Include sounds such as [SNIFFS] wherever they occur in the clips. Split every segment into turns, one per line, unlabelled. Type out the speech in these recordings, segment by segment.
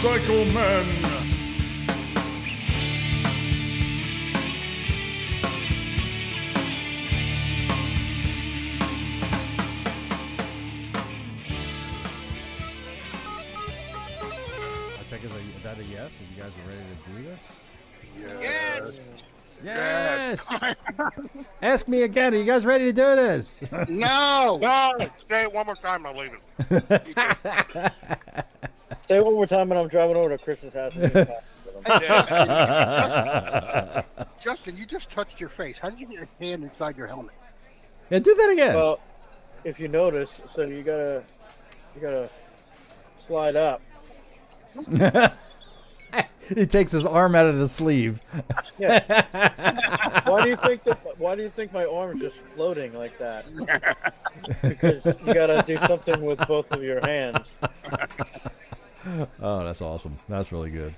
Psycho Man.
I take as a, that a yes. If you guys are ready to do this.
Yes.
Yes. [LAUGHS] Ask me again. Are you guys ready to do this?
No.
No, say it one more time. I'm leaving.
Say it one more time, and I'm driving over to Chris's
[LAUGHS]
house. and getting past with him.
yeah,
Justin, you just touched your face. How did you get your hand inside your helmet?
do that again.
well, if you notice, so you gotta, you gotta slide up.
he takes his arm out of the sleeve.
Why do you think that? [LAUGHS] Why do you think my arm's just floating like
[LAUGHS]
that? Because you gotta do something with both of your hands.
Oh, that's awesome. That's really good.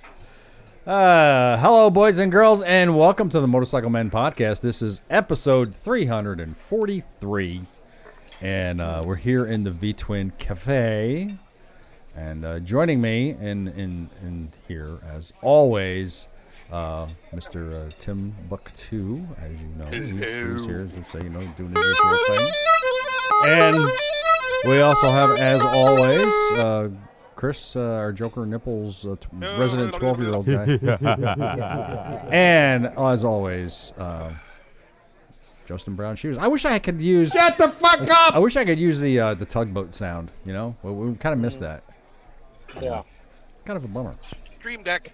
Uh, hello, boys and girls, and welcome to the Motorcycle Men podcast. This is episode 343, and uh, we're here in the V Twin Cafe. And uh, joining me in, in, in here, as always, uh, Mr. Uh, Tim Bucktu, as you know, who's, who's here, as I say, you know, doing his usual thing. And we also have, as always, uh, Chris, uh, our Joker Nipples, uh, t- resident 12 year old guy. [LAUGHS] and as always, uh, Justin Brown Shoes. I wish I could use. Shut the fuck up! I wish I could use the uh, the tugboat sound, you know? We, we kind of missed that.
Yeah.
It's kind of a bummer.
Stream Deck.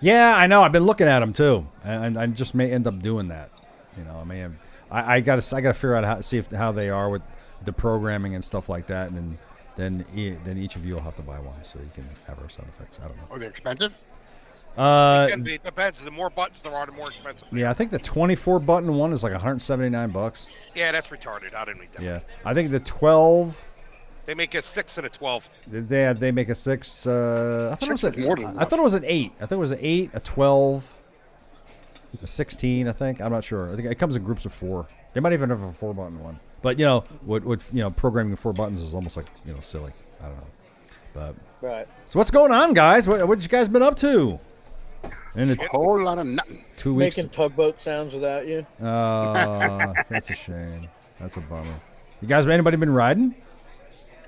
Yeah, I know. I've been looking at them too, and I I just may end up doing that. You know, I may have. I, I gotta. I gotta figure out how see if how they are with the programming and stuff like that, and then e- then each of you will have to buy one so you can have our sound effects. I don't know.
Are they Oh, expensive?
Uh,
Can be, it depends. The more buttons there are, the more expensive.
yeah, I think the 24 button one is like 179 bucks.
Yeah, that's retarded. I didn't need that.
Yeah, I think the 12.
They make a six and a twelve.
They had- they make a six. Uh, I thought
Six
it
is
was
more
an,
than
I thought it was an eight. I think it was an eight, a twelve, a sixteen. I think I'm not sure. I think it comes in groups of four. They might even have a four button one. But you know, what what you know, programming four buttons is almost like you know silly. I don't know. But
Right.
so what's going on, guys? What what you guys been up to? In the
Whole lot of nothing.
two weeks.
Making tugboat sounds without you.
Uh, that's a shame. That's a bummer. You guys, anybody been riding?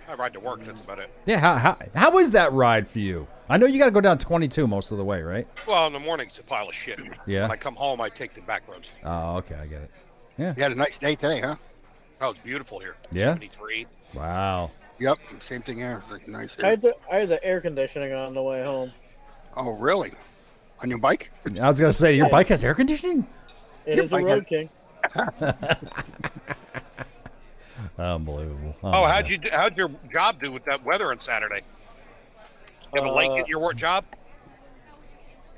I ride to work. That's about it.
Yeah. How how how was that ride for you? I know you got to go down 22 most of the way, right?
Well, in the morning it's a pile of shit.
Yeah.
When I come home, I take the back roads.
Oh, okay, I get it.
You had a nice day today, huh?
Oh, it's beautiful here.
Yeah? Oh,
73.
Wow.
Yep. Same thing here. Like nice.
I
Here.
had the I had the air conditioning on the way home.
Oh, really? On your bike?
I was gonna say your bike has air conditioning.
It
Your
is
bike
a
had-
road king.
Unbelievable.
Oh, how'd you do, how'd your job do with that weather on Saturday? You have a lake
Uh,
at your work job?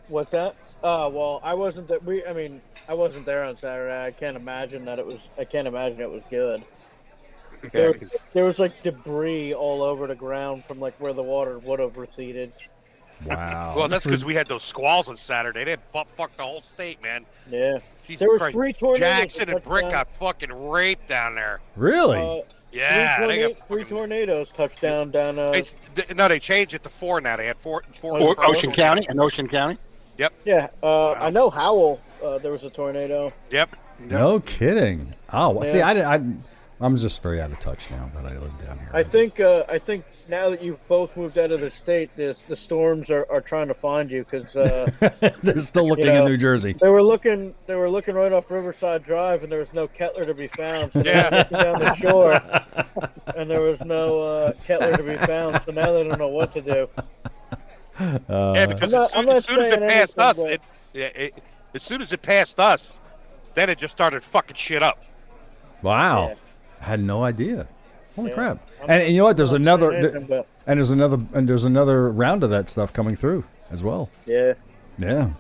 What's that? Uh, well, I wasn't that we. I mean, I wasn't there on Saturday. I can't imagine that it was. I can't imagine it was good. There, was- there was like debris all over the ground from like where the water would have receded.
Wow.
well, that's because we had those squalls on Saturday. They butt fucked the whole state, man.
Yeah,
Jesus
there was
Christ.
three tornadoes. that
Jackson and
touched
Brick
down-
got fucking raped down there.
really.
uh,
Yeah,
three,
they
torna-
got
three
fucking-
tornadoes touched down down. Uh,
It's, th- no, they changed it to four now. They had four. four
Or-
per-
Ocean County? In Ocean County?
yeah, uh, I know Howell. Uh, there was a tornado.
Yep.
No kidding. Oh, well, see,
Yeah.
I, did- I, I'm just very out of touch now that I live down here.
I think uh, I think now that you've both moved out of the state, this, the storms are, are trying to find you because uh,
[LAUGHS] they're still looking
know-
in New Jersey.
They were looking. They were looking right off Riverside Drive, and there was no Kettler to be found. So
Yeah.
yeah. they were looking down the shore, and there was no uh, Kettler to be found. So now they don't know what to do.
yeah, because
I'm not-
as soon,
I'm not
as, soon as it
saying
passed
anything,
us,
but-
it, yeah, it, as soon as it passed us, then it just started fucking shit up.
Wow.
Yeah.
I had no idea. Holy
Yeah.
crap!
I'm
And, and you know what? There's
not
another,
saying anything, but-
and there's another, and there's another round of that stuff coming through as well.
Yeah.
Yeah,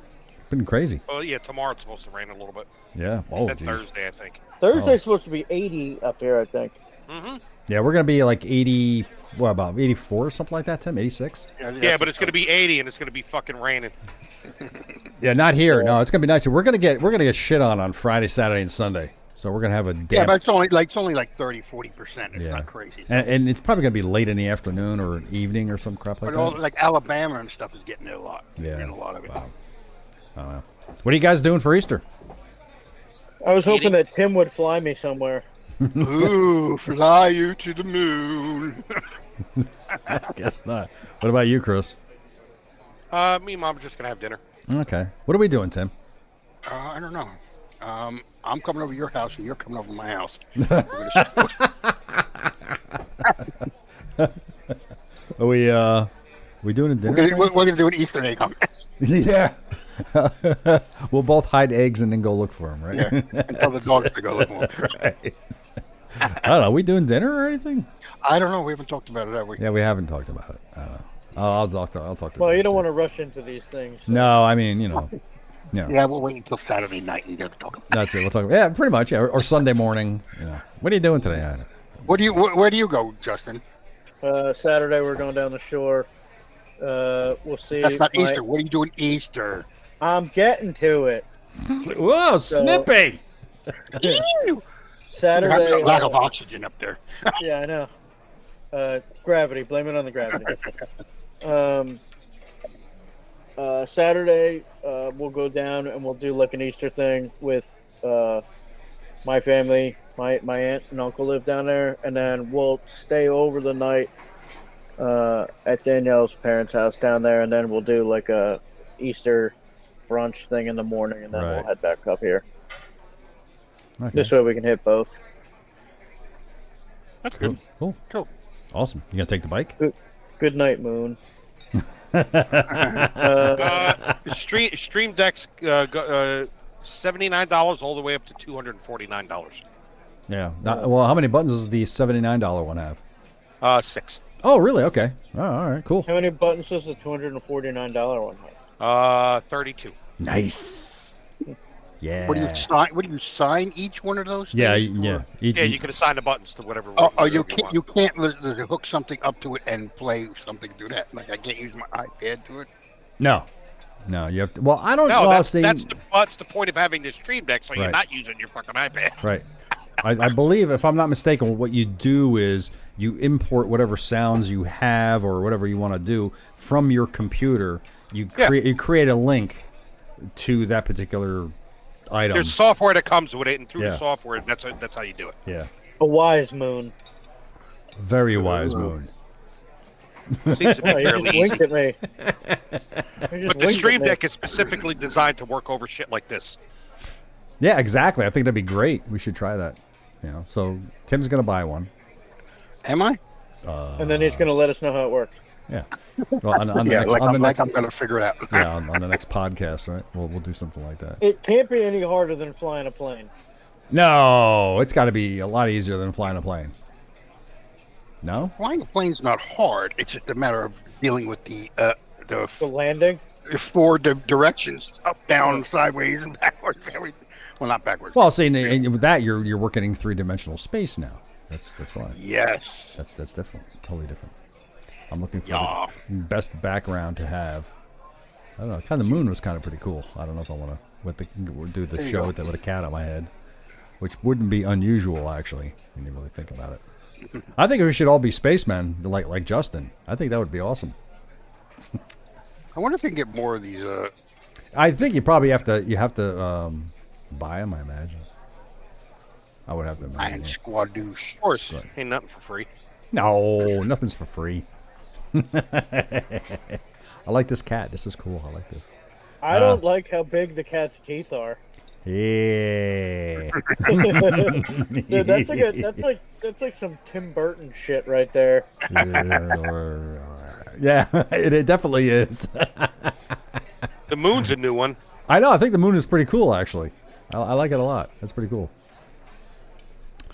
been crazy.
Oh yeah, tomorrow it's supposed to rain a little bit.
Yeah. Oh,
then
geez.
Thursday, I think.
Oh.
Thursday's supposed to be 80 up here, I think.
hmm
Yeah, we're gonna be like 80. What about 84 or something like that? Tim, 86.
Yeah, but it's gonna be 80 and it's gonna be fucking raining.
Yeah, not here. No, it's gonna be nice. We're gonna get we're gonna get shit on on Friday, Saturday, and Sunday. So we're gonna have a damp.
Yeah, but it's only like it's only like 30, 40 percent. It's
Yeah.
not crazy.
and, and it's probably gonna be late in the afternoon or an evening or some crap like
But
that.
all, like Alabama and stuff is getting it a lot.
Yeah.
Getting a lot of it.
Wow. I don't know. What are you guys doing for
[LAUGHS]
Easter?
I was hoping that Tim would fly me somewhere.
[LAUGHS]
Ooh, fly you to the moon.
Guess not. What about you, Chris?
Uh, me and mom are just gonna have dinner.
Okay. What are we doing, Tim?
Uh, I don't know. Um, I'm coming over to your house and you're coming over to my house. We're gonna split.
Are we uh, we doing a
we're
dinner?
gonna, we're gonna do an Easter egg hunt.
[LAUGHS] yeah. [LAUGHS] we'll both hide eggs and then go look for them, right?
Yeah. And tell the dogs to go look for 'em.
[LAUGHS] I don't know. Are we doing dinner or anything?
I don't know. We haven't talked about it, have we?
Yeah, we haven't talked about it. I don't know. I'll, I'll talk to. I'll talk to.
Well, you
Dave
don't
soon.
want to rush into these things.
No, I mean, you know, yeah,
Yeah, we'll wait until Saturday night and then talk about
that's it. We'll talk. Yeah, pretty much. Yeah, or, or Sunday morning. You know, what are you doing today? I don't know.
it. What do you? Wh- where do you go, Justin?
Uh, Saturday we're going down the shore. Uh, we'll see.
That's not
My-
Easter. What are you doing Easter?
I'm getting to it.
Whoa, Snippy!
You're having
Saturday.
a lack
uh,
of oxygen up there.
yeah, I know. Uh, gravity. Blame it on the gravity. um, uh, Saturday, uh, we'll go down and we'll do like an Easter thing with uh, my family. My my aunt and uncle live down there, and then we'll stay over the night uh, at Danielle's parents' house down there, and then we'll do like a Easter brunch thing in the morning, and then we'll
Right.
head back up here.
Okay.
This way we can hit both.
That's
Cool.
good.
cool.
Cool.
Awesome. You gonna take the bike?
Good night, Moon. uh,
Uh, stream Stream Deck's uh, go, uh, seventy nine dollars all the way up to two hundred and forty nine dollars.
Yeah. Not- well, how many buttons does the seventy-nine dollar one have?
Uh, six.
Oh, really? Okay. Oh, all right. Cool.
how many buttons does the two hundred and forty nine dollar one have?
Uh, thirty two.
Nice. Yeah.
What do you sign? What do you sign each one of those?
yeah.
things
you- Yeah.
for?
You-
Yeah,
you-
you can assign the buttons to whatever.
Oh, oh,
whatever
you can't.
want.
You can't li- li- hook something up to it and play something through that. Like I can't use my iPad to it.
no. No. You have to. Well, I don't.
No,
well,
that's,
see,
that's, the, that's the point of having this stream deck, so you're
Right. Um,
not using your fucking iPad.
Right. I, I believe, if I'm not mistaken, what you do is you import whatever sounds you have or whatever you want to do from your computer. You
Yeah.
create you create a link to that particular item.
There's software that comes with it, and through
Yeah.
the software, that's how, that's how you do it.
[LAUGHS] yeah.
A
[LAUGHS]
wise moon.
Very wise moon.
Seems to be
Oh, you
fairly
just
easy.
winked at me. You just
But the
winked
stream
at me.
deck is specifically designed to work over shit like this.
Yeah, exactly. I think that'd be great. We should try that. You know. So Tim's gonna buy one.
Am I?
and then he's gonna let us know how it works.
Yeah. [LAUGHS] Well, on, on the
yeah,
next,
like,
on the
I'm, like
next
I'm gonna figure it out.
yeah, on, on the next podcast, right? We'll we'll do something like that.
It can't be any harder than flying a plane.
No, it's got to be a lot easier than flying a plane. No.
Flying a plane's not hard. It's just a matter of dealing with the uh, the
The landing.
f- four di- directions: up, down, sideways, and [LAUGHS] backwards. Everything. Well, not backwards.
Well, see, and, and with that, you're you're working in three dimensional space now. That's that's why.
yes.
That's that's different. Totally different. I'm looking for
Yeah.
the best background to have. I don't know. Kind of the moon was kind of pretty cool. I don't know if I want to with the do the
you
show
go.
with, the, with a cat on my head, which wouldn't be unusual actually when you really think about it.
[LAUGHS]
I think we should all be spacemen like like Justin. I think that would be awesome.
I wonder if they can get more of these. Uh,
I think you probably have to you have to um, buy them. I imagine. I would have to imagine.
Iron
yeah.
Squad douche.
Of course, ain't nothing for free.
No, nothing's for free. [LAUGHS] I like this cat. This is cool. I like this. Uh.
I don't like how big the cat's teeth are.
Yeah. [LAUGHS]
Dude, that's like a, that's like that's like some Tim Burton shit right there.
yeah, it, it definitely is.
The moon's a
[LAUGHS]
new one.
I know. I think the moon is pretty cool, actually. I, I like it a lot. That's pretty cool.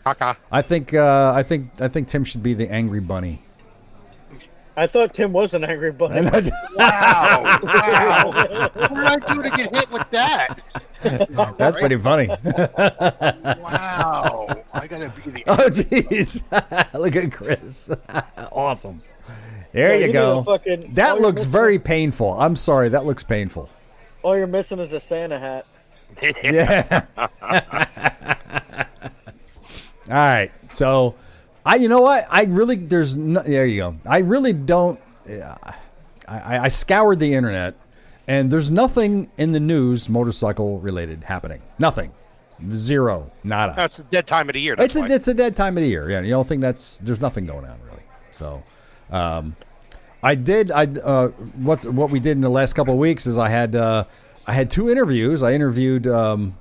Caca.
I think. Uh, I think. I think Tim should be the angry bunny. [LAUGHS]
I thought Tim was an angry bunny.
That's
Wow!
[LAUGHS]
wow! what did I do to get hit with that?
pretty funny.
Wow! I gotta be the.
[LAUGHS] Oh, jeez. Look at Chris. [LAUGHS] awesome. There
Yeah,
you,
you need
go.
a fucking- all
that
you
looks
need-
very painful. I'm sorry. That looks painful. [LAUGHS]
All you're missing is a Santa hat.
Yeah. [LAUGHS] All right. So, I you know what? I really there's no, there you go. I really don't. yeah, I, I- I scoured the internet, and there's nothing in the news motorcycle related happening. Nothing. Zero. Nada.
[LAUGHS] That's the dead time of the year. That's
It's
why.
a, it's a dead time of the year. Yeah, you don't think that's there's nothing going on really. So, um, I did. I uh, what what we did in the last couple of weeks is I had uh, I had two interviews. I interviewed um,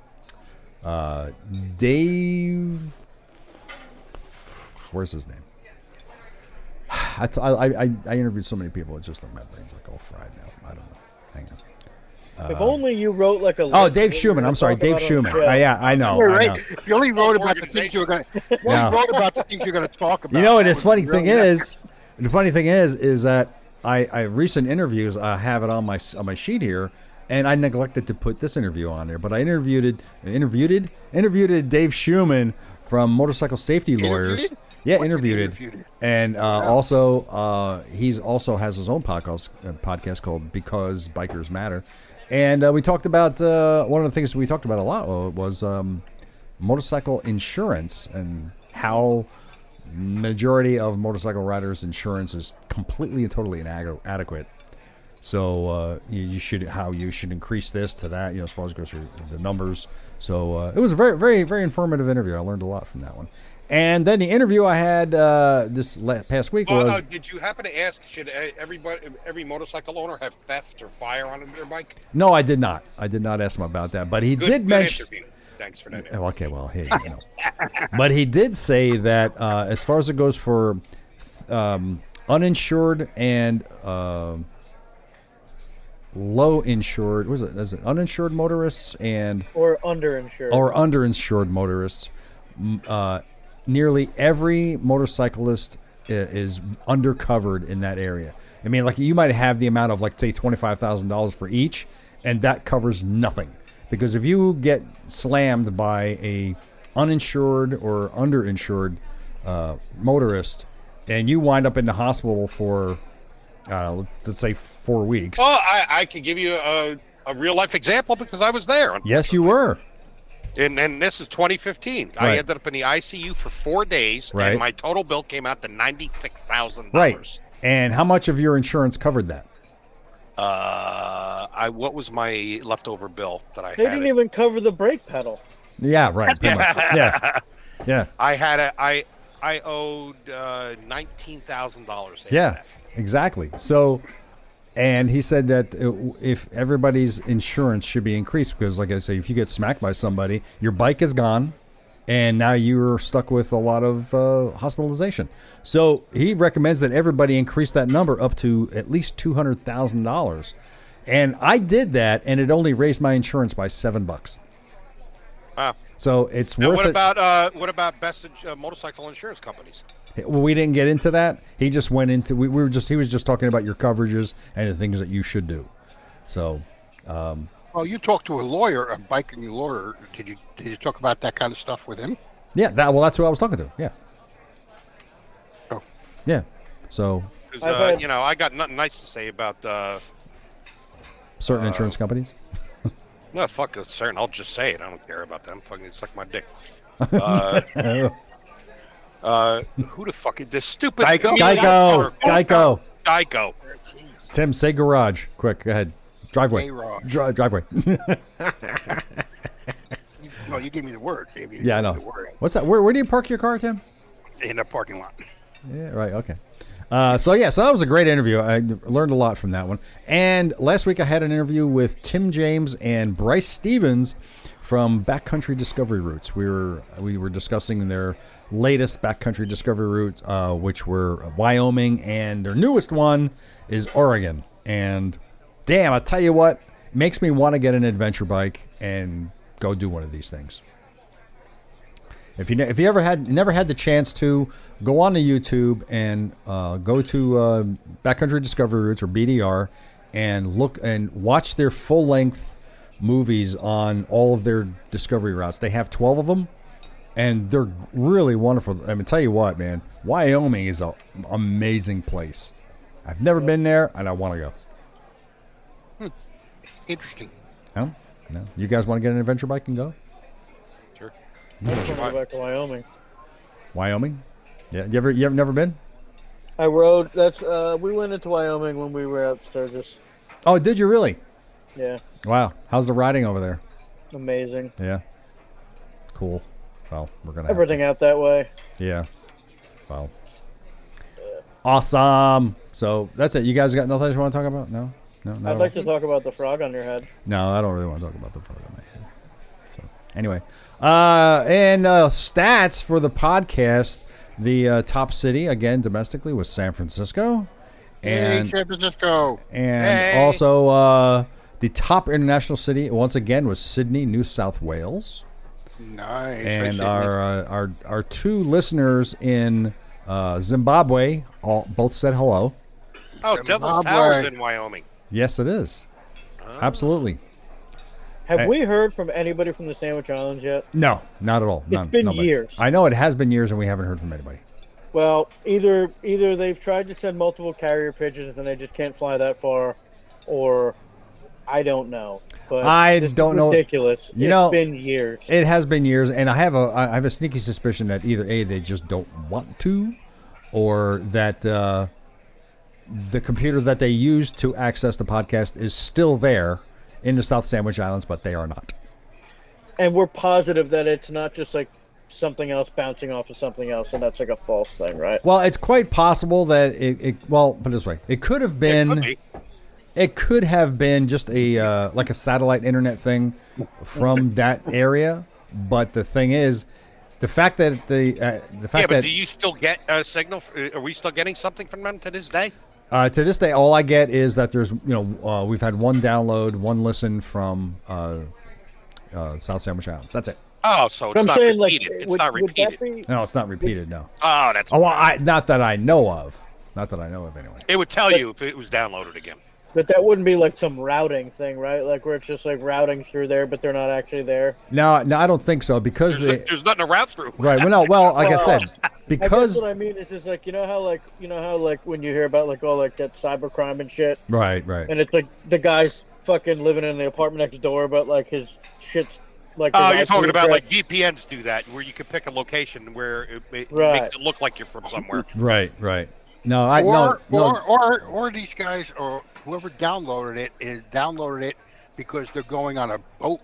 uh, Dave. Where's his name? [SIGHS] I, t- I, I- I- I interviewed so many people. It's just like my brain's like all fried now. I don't know. Hang on.
if only you wrote like a.
Uh. Oh,
list
Dave
of what you
Schumann.
were
I'm sorry,
talking
Dave
about on
Schumann.
the show.
I, yeah, I know.
[LAUGHS] You're
I know.
right. You only wrote about the things you
Organization.
[LAUGHS]
were going. to You
Yeah.
only wrote about the things you're going to talk about.
You know, and
That
this
was
funny thing
really-
is, the funny thing is, is that I, I recent interviews I have it on my s- on my sheet here, and I neglected to put this interview on there. But I interviewed it- interviewed it- interviewed it Dave Schumann from Motorcycle Safety Lawyers.
Interviewed?
Yeah,
What's
interviewed, it.
interviewed it?
and uh, also uh, he's also has his own podcast uh, podcast called Because Bikers Matter, and uh, we talked about uh, one of the things we talked about a lot uh, was um, motorcycle insurance and how majority of motorcycle riders insurance is completely and totally inadequate. So uh, you, you should how you should increase this to that, you know, as far as goes through the numbers. So uh, it was a very, very, very informative interview. I learned a lot from that one. And then the interview I had uh, this la- past week
Well,
was
uh, did you happen to ask? Should e- everybody, every motorcycle owner, have theft or fire on their bike?
no, I did not. I did not ask him about that, but he
Good,
did
good
mention.
interview. Thanks for that.
[LAUGHS] Oh, okay, well, hey, you know. but he did say that uh, as far as it goes for um, uninsured and um low insured, what is it? Is it uninsured motorists and
Or underinsured.
or underinsured motorists? m- Uh, nearly every motorcyclist i- is undercovered in that area. I mean, like you might have the amount of like say twenty five thousand dollars for each, and that covers nothing because if you get slammed by a uninsured or underinsured uh, motorist, and you wind up in the hospital for uh, let's say four weeks.
Well, I, I could give you a, a real life example because I was there.
Yes, you were.
And, and this is 2015.
Right.
I ended up in the ICU for four days,
Right.
and my total bill came out to ninety-six thousand dollars.
And how much of your insurance covered that?
Uh, I what was my leftover bill that I
they
had?
didn't
it-
even cover the brake pedal.
Yeah, right. pretty
[LAUGHS]
much. Yeah. Yeah.
I had a I I owed uh, nineteen thousand dollars.
Yeah. Exactly. So and he said that uh, if everybody's insurance should be increased because like I say if you get smacked by somebody, your bike is gone and now you're stuck with a lot of uh, hospitalization. So he recommends that everybody increase that number up to at least $200,000. And I did that and it only raised my insurance by 7 bucks.
Wow.
So it's
Now,
worth
what
it.
about uh, what about best ins- uh, motorcycle insurance companies?
Well, we didn't get into that. He just went into we, we were just he was just talking about your coverages and the things that you should do. So
Well, you talked to a lawyer, a biking lawyer. Did you did you talk about that kind of stuff with him?
yeah, that well that's who I was talking to. Yeah,
Oh,
yeah. So
'Cause,
I've
uh,
had-
you know, I got nothing nice to say about. Uh,
certain insurance companies.
no, fuck a certain. I'll just say it. I don't care about them. Fucking suck my dick. Uh, [LAUGHS] uh, who the fuck is this stupid?
Geico?
Geico, Geico,
Geico.
Tim, say garage. Quick, go ahead. Driveway,
Garage.
Dri- driveway. [LAUGHS]
you, no, you gave me the word. Dave. You
yeah, I
gave me
know.
The word.
What's that? Where where do you park your car, Tim?
In a parking lot.
Yeah, right. Okay. Uh, so yeah, so that was a great interview. I learned a lot from that one. And last week I had an interview with Tim James and Bryce Stevens from Backcountry Discovery Routes. We were we were discussing their latest backcountry discovery route, uh, which were Wyoming, and their newest one is Oregon. And damn, I tell you what, makes me want to get an adventure bike and go do one of these things. If you ne- if you ever had never had the chance to go on to YouTube and uh, go to uh, Backcountry Discovery Routes or BDR and look and watch their full length movies on all of their discovery routes. They have twelve of them, and they're really wonderful. I mean, tell you what, man, Wyoming is an amazing place. I've never been there, and I want to go.
Interesting.
Huh? No, you guys want to get an adventure bike and go?
Sure.
I just want to go back to Wyoming.
Wyoming. Yeah, you ever you ever never been?
I rode. That's uh, we went into Wyoming when we were at Sturgis.
Oh, did you really?
Yeah,
Wow, how's the riding over there?
amazing.
Yeah, cool. Well, we're gonna have to-
Everything out that way.
Yeah. Wow. Awesome. So that's it. You guys got nothing else you want to talk about? No. No. Not
I'd
at
like
all?
to talk about the frog on your head.
No, I don't really want to talk about the photo. So, anyway, uh, and uh, stats for the podcast. The uh, top city again domestically was San Francisco,
Hey,
and
San Francisco.
and
Hey.
also uh, the top international city once again was Sydney, New South Wales
Nice.
and
Appreciate it.
our, uh, our our two listeners in uh, Zimbabwe all both said hello.
Oh,
Zimbabwe.
Devil's Tower's in Wyoming.
Yes, it is
Ah.
absolutely
Have
Hey.
we heard from anybody from the Sandwich Islands yet?
no, not at all. None,
been
nobody.
years.
I know it has been years, and we haven't heard from anybody.
Well, either either they've tried to send multiple carrier pigeons and they just can't fly that far, or I don't know. But
I
this is
don't know-
Ridiculous.
you
It's
know-
been years.
It has been years, and I have a I have a sneaky suspicion that either a they just don't want to, or that uh, the computer that they use to access the podcast is still there in the South Sandwich Islands, but they are not.
and we're positive that it's not just like something else bouncing off of something else, and that's like a false thing, right?
Well, it's quite possible that it, it well put it this way, it could have
It
been.
could be.
It could have been just a uh, like a satellite internet thing from that area, but the thing is, the fact that the uh, the
Yeah,
fact
but
that
do you still get a signal? f- uh, Are we still getting something from them to this day?
uh, to this day, all I get is that there's you know uh, we've had one download, one listen from uh, uh, South Sandwich Islands. That's it.
Oh, so it's
I'm
not
saying, like,
repeated. it's
would-
not
would that
repeated.
be-
No, it's not repeated. No.
Oh, that's.
Oh, well, I not that I know of. Not that I know of anyway.
It would tell you if it was downloaded again.
But that wouldn't be like some routing thing, right? Like where it's just like routing through there, but they're not actually there.
No, no, I don't think so because
There's,
the,
there's nothing to route through.
right. Well, no. Well, like I
Well,
said,
[LAUGHS] I guess
because
what I mean is, is like you know how like you know how like when you hear about like all like that cybercrime and shit,
right, right.
and it's like the guy's fucking living in the apartment next door, but like his shit's like.
Oh,
his
you're
IP
talking about
address-
like VPNs do that, where you can pick a location where it, it
Right.
makes it look like you're from somewhere.
Right, right. No, I no,
or,
no.
or, or, or these guys or whoever downloaded it is downloaded it because they're going on a boat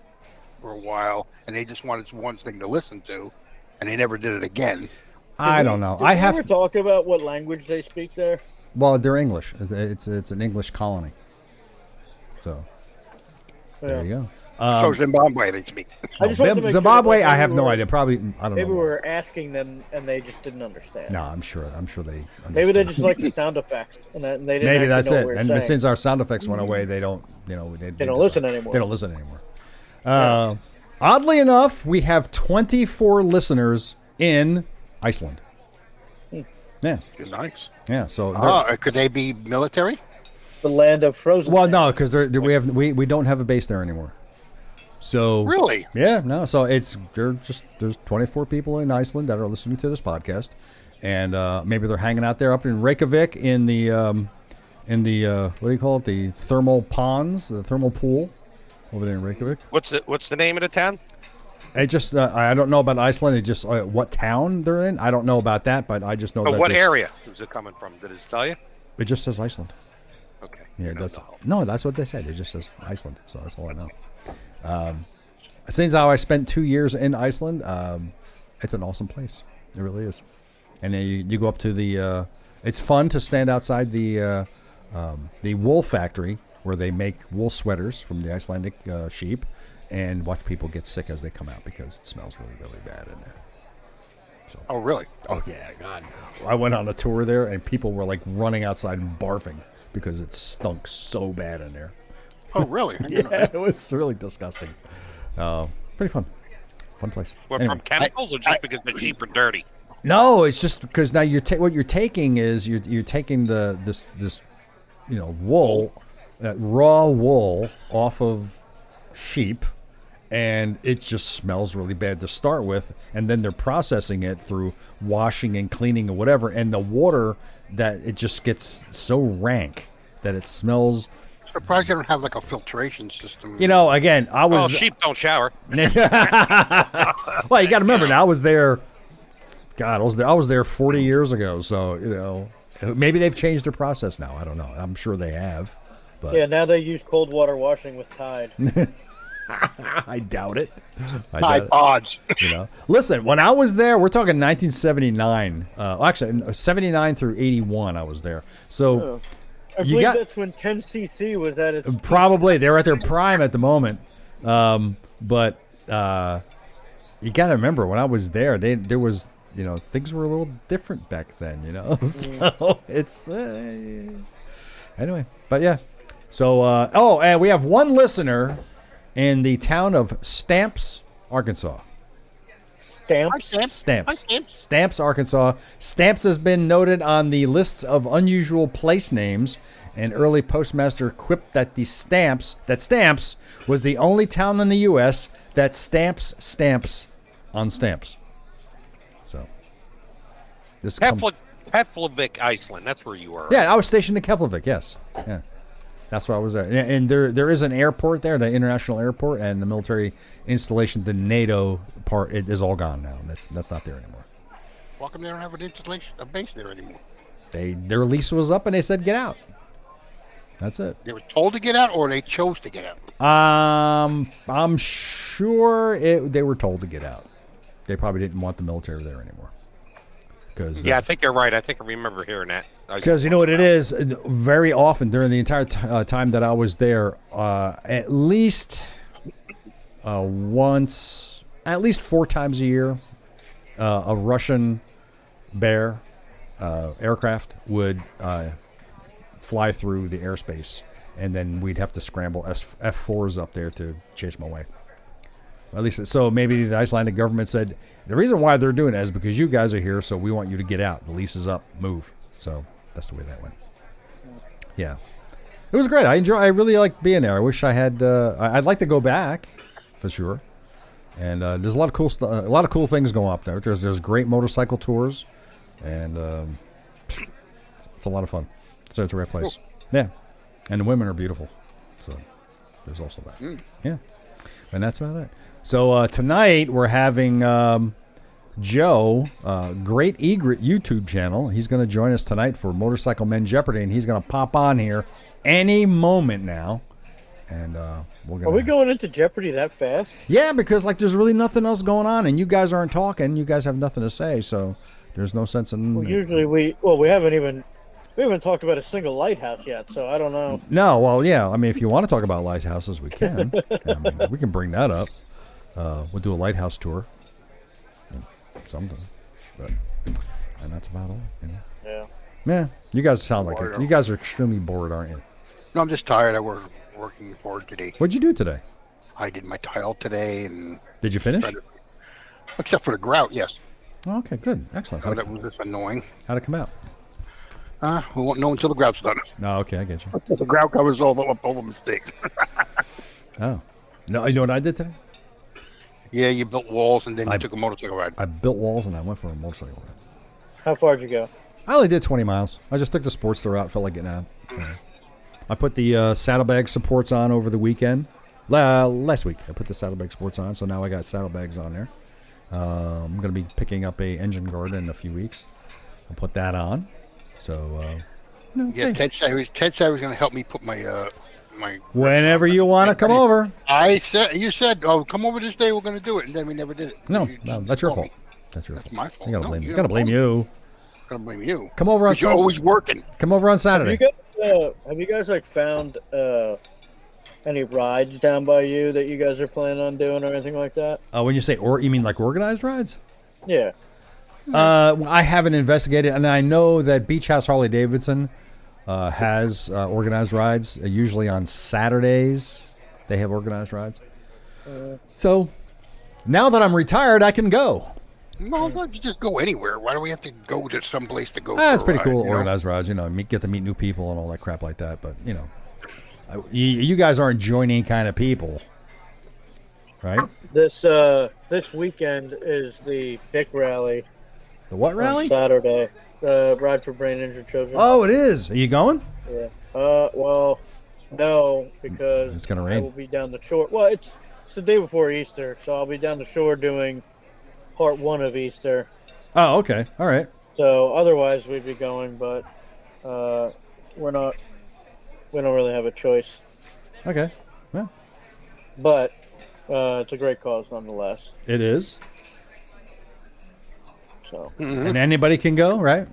for a while and they just wanted one thing to listen to and they never did it again.
I don't know.
Did
I
we
have
ever
to,
talk about what language they speak there.
well, they're English. It's, it's it's an English colony. So there you go.
so Zimbabwe they
[LAUGHS]
speak.
I
No,
just wanted
Bim-
to make sure
Zimbabwe,
that, like,
I have
maybe
no
we're-
idea. Probably I don't
Maybe
know.
we were asking them and they just didn't understand.
No, I'm sure. I'm sure they. Understand.
Maybe they just like the sound effects and, that, and they didn't.
Maybe
actually
that's
know what
it.
we were
and
saying.
since our sound effects went away, they don't. You know, they,
don't
just
listen
aren't-
anymore.
They don't listen anymore. Uh, oddly enough, we have 24 listeners in Iceland.
Hmm.
Yeah,
Nice.
yeah. So they're-
Oh, could they be military?
the land of frozen.
Well,
land.
no, because we have we, we don't have a base there anymore. So
Really?
yeah, no. So it's they're just there's 24 people in Iceland that are listening to this podcast, and uh, maybe they're hanging out there up in Reykjavik in the um, in the uh, what do you call it? The thermal ponds, the thermal pool over there in Reykjavik.
What's the What's the name of the town?
I just uh, I don't know about Iceland. It just uh, what town they're in. I don't know about that, but I just know
Or
that
what
they-
area is it coming from? Did it tell you?
it just says Iceland.
Okay.
Yeah,
You know,
that's
so-
no, that's what they said. It just says Iceland, so that's all I know. Um, since how I spent two years in Iceland, um, it's an awesome place. It really is. And then you, you go up to the. Uh, it's fun to stand outside the uh, um, the wool factory where they make wool sweaters from the Icelandic uh, sheep, and watch people get sick as they come out because it smells really really bad in there.
Oh, really?
Oh yeah, God! I went on a tour there, and people were like running outside and barfing because it stunk so bad in there. [LAUGHS]
Oh, really? I didn't know.
Yeah, it was really disgusting. Uh, pretty fun, fun place.
What
Anyway.
from chemicals or just because they're cheap and dirty?
No, it's just because now you're ta- what you're taking is you're you're taking the this this you know wool, that raw wool off of sheep, and it just smells really bad to start with, and then they're processing it through washing and cleaning and whatever, and the water that it just gets so rank that it smells.
Surprised they don't have like a filtration system.
You know, again, I
Oh,
was um,
sheep don't shower.
well, you got to remember now. I was there God, I was there, I was there 40 years ago, so you know maybe they've changed their process now. I don't know. I'm sure they have, but
Yeah, now they use cold water washing with Tide.
[LAUGHS] I doubt it. I
High
doubt it.
pods.
You know, listen. When I was there, we're talking 1979. Uh, actually, 79 through 81, I was there. So.
Oh. I
You
believe
got- Um,
that's when 10cc was at its.
Probably they're at their prime at the moment. Um, but uh, you got to remember when I was there, they there was you know things were a little different back then. You know, [LAUGHS] so it's uh, anyway. But yeah, so uh, oh, and we have one listener in the town of Stamps, Arkansas.
Stamps.
Stamps.
Stamps.
Stamps, Arkansas. Stamps has been noted on the lists of unusual place names. An early postmaster quipped that the stamps that stamps was the only town in the U.S. that stamps stamps on stamps. So this comes-
Heflik, Heflavik, Iceland. That's where you are.
yeah, I was stationed in Keflavik. Yes, yeah, that's why I was there. And, and there, there is an airport there, the international airport, and the military installation, the NATO part, it is all gone now. That's that's not there anymore.
[LAUGHS] Welcome. They don't have an installation, a base there anymore.
they their lease was up and they said get out. That's it.
They were told to get out, or they chose to get out.
Um, I'm sure it, they were told to get out. They probably didn't want the military there anymore. Because
Yeah, I think you're right. I think I remember hearing that. I-
Because you know what it is, very often during the entire t- uh, time that I was there, uh, at least uh, once, at least four times a year, uh, a Russian bear uh, aircraft would uh, fly through the airspace, and then we'd have to scramble F fours up there to chase them away. At least, so maybe the Icelandic government said the reason why they're doing that is because you guys are here, so we want you to get out. The lease is up, move. So that's the way that went. Yeah, it was great. I enjoy. I really like being there. I wish I had. Uh, I- I'd like to go back, for sure. And uh, there's a lot of cool stuff. A lot of cool things going up there. There's there's great motorcycle tours, and um, [SNIFFS] it's a lot of fun. So it's a great place. Yeah, and the women are beautiful. So there's also that. Yeah. And that's about it. So uh, tonight we're having um, Joe, uh, Great Egret YouTube channel. He's going to join us tonight for Motorcycle Men Jeopardy, and he's going to pop on here any moment now. And uh, we're
Are
going
we going into Jeopardy that fast?
Yeah, because like there's really nothing else going on, and you guys aren't talking. You guys have nothing to say, so there's no sense in.
Well, usually we. Well, we haven't even. We haven't talked about a single lighthouse yet, so I don't know.
No, well, yeah. I mean, if you want to talk about lighthouses, we can. I mean, we can bring that up. Uh, we'll do a lighthouse tour, something. But and that's about all. You know?
Yeah.
Yeah, you guys sound like
Bored.
you guys are extremely bored, aren't you?
No, I'm just tired. I work working hard today.
What'd you do today?
I did my tile today, and
Did you finish?
except for the grout, yes.
Oh, okay, good, excellent.
Oh,
How'd
that
it,
was just annoying.
how'd it come out?
Uh, we won't know until the grout's done. [LAUGHS]
Oh, okay, I get you.
The grout covers all the all the mistakes. [LAUGHS]
Oh, no, you know what I did today?
yeah, you built walls and then you
I-
took a motorcycle ride.
I built walls and I went for a motorcycle ride.
How far'd you go?
I only did 20 miles. I just took the sports store out. Felt like getting out. Yeah. I put the uh, saddlebag supports on over the weekend. La- last week, I put the saddlebag supports on, so now I got saddlebags on there. Uh, I'm going to be picking up a engine guard in a few weeks. I'll put that on. So, uh, you know,
Yeah,
hey,
Ted said he was Ted said he was going to help me put my uh my.
whenever you want to come over.
I said you said oh come over this day we're going to do it and then we never did it.
No,
You
no,
just
that's your
told
fault.
me.
That's your
That's
fault.
my fault.
I gotta
No,
blame you.
you
Gotta
don't
blame
know.
you.
I'm going to blame you.
Come over on
'Cause you're
Sunday.
always working.
Come over on
Have
Saturday.
you guys, uh, have you guys like found uh, any rides down by you that you guys are planning on doing or anything like that?
Uh, when you say or, you mean like organized rides?
Yeah.
Uh, well, I haven't investigated, and I know that Beach House Harley Davidson uh, has uh, organized rides. Uh, usually on Saturdays, they have organized rides. So now that I'm retired, I can go.
No, let's just go anywhere. Why do we have to go to some place to go?
Ah, it's
for a
pretty cool.
ride, you know?
Organized rides, you know, meet, get to meet new people and all that crap like that. But you know, I, you, you guys aren't joining kind of people, right?
This uh, this weekend is the Dick Rally
The what
on
rally?
Saturday. The Ride for Brain Injured Children.
Oh, it is. Are you going?
Yeah. Uh, well, no, because
It's gonna
I
rain.
will be down the shore. Well, it's it's the day before Easter, so I'll be down the shore doing part one of Easter,
Oh, okay. All right.
So otherwise, we'd be going, but uh, we're not. We don't really have a choice.
Okay. Well,
But uh, it's a great cause nonetheless.
it is.
So
Mm-hmm.
And anybody can go, right?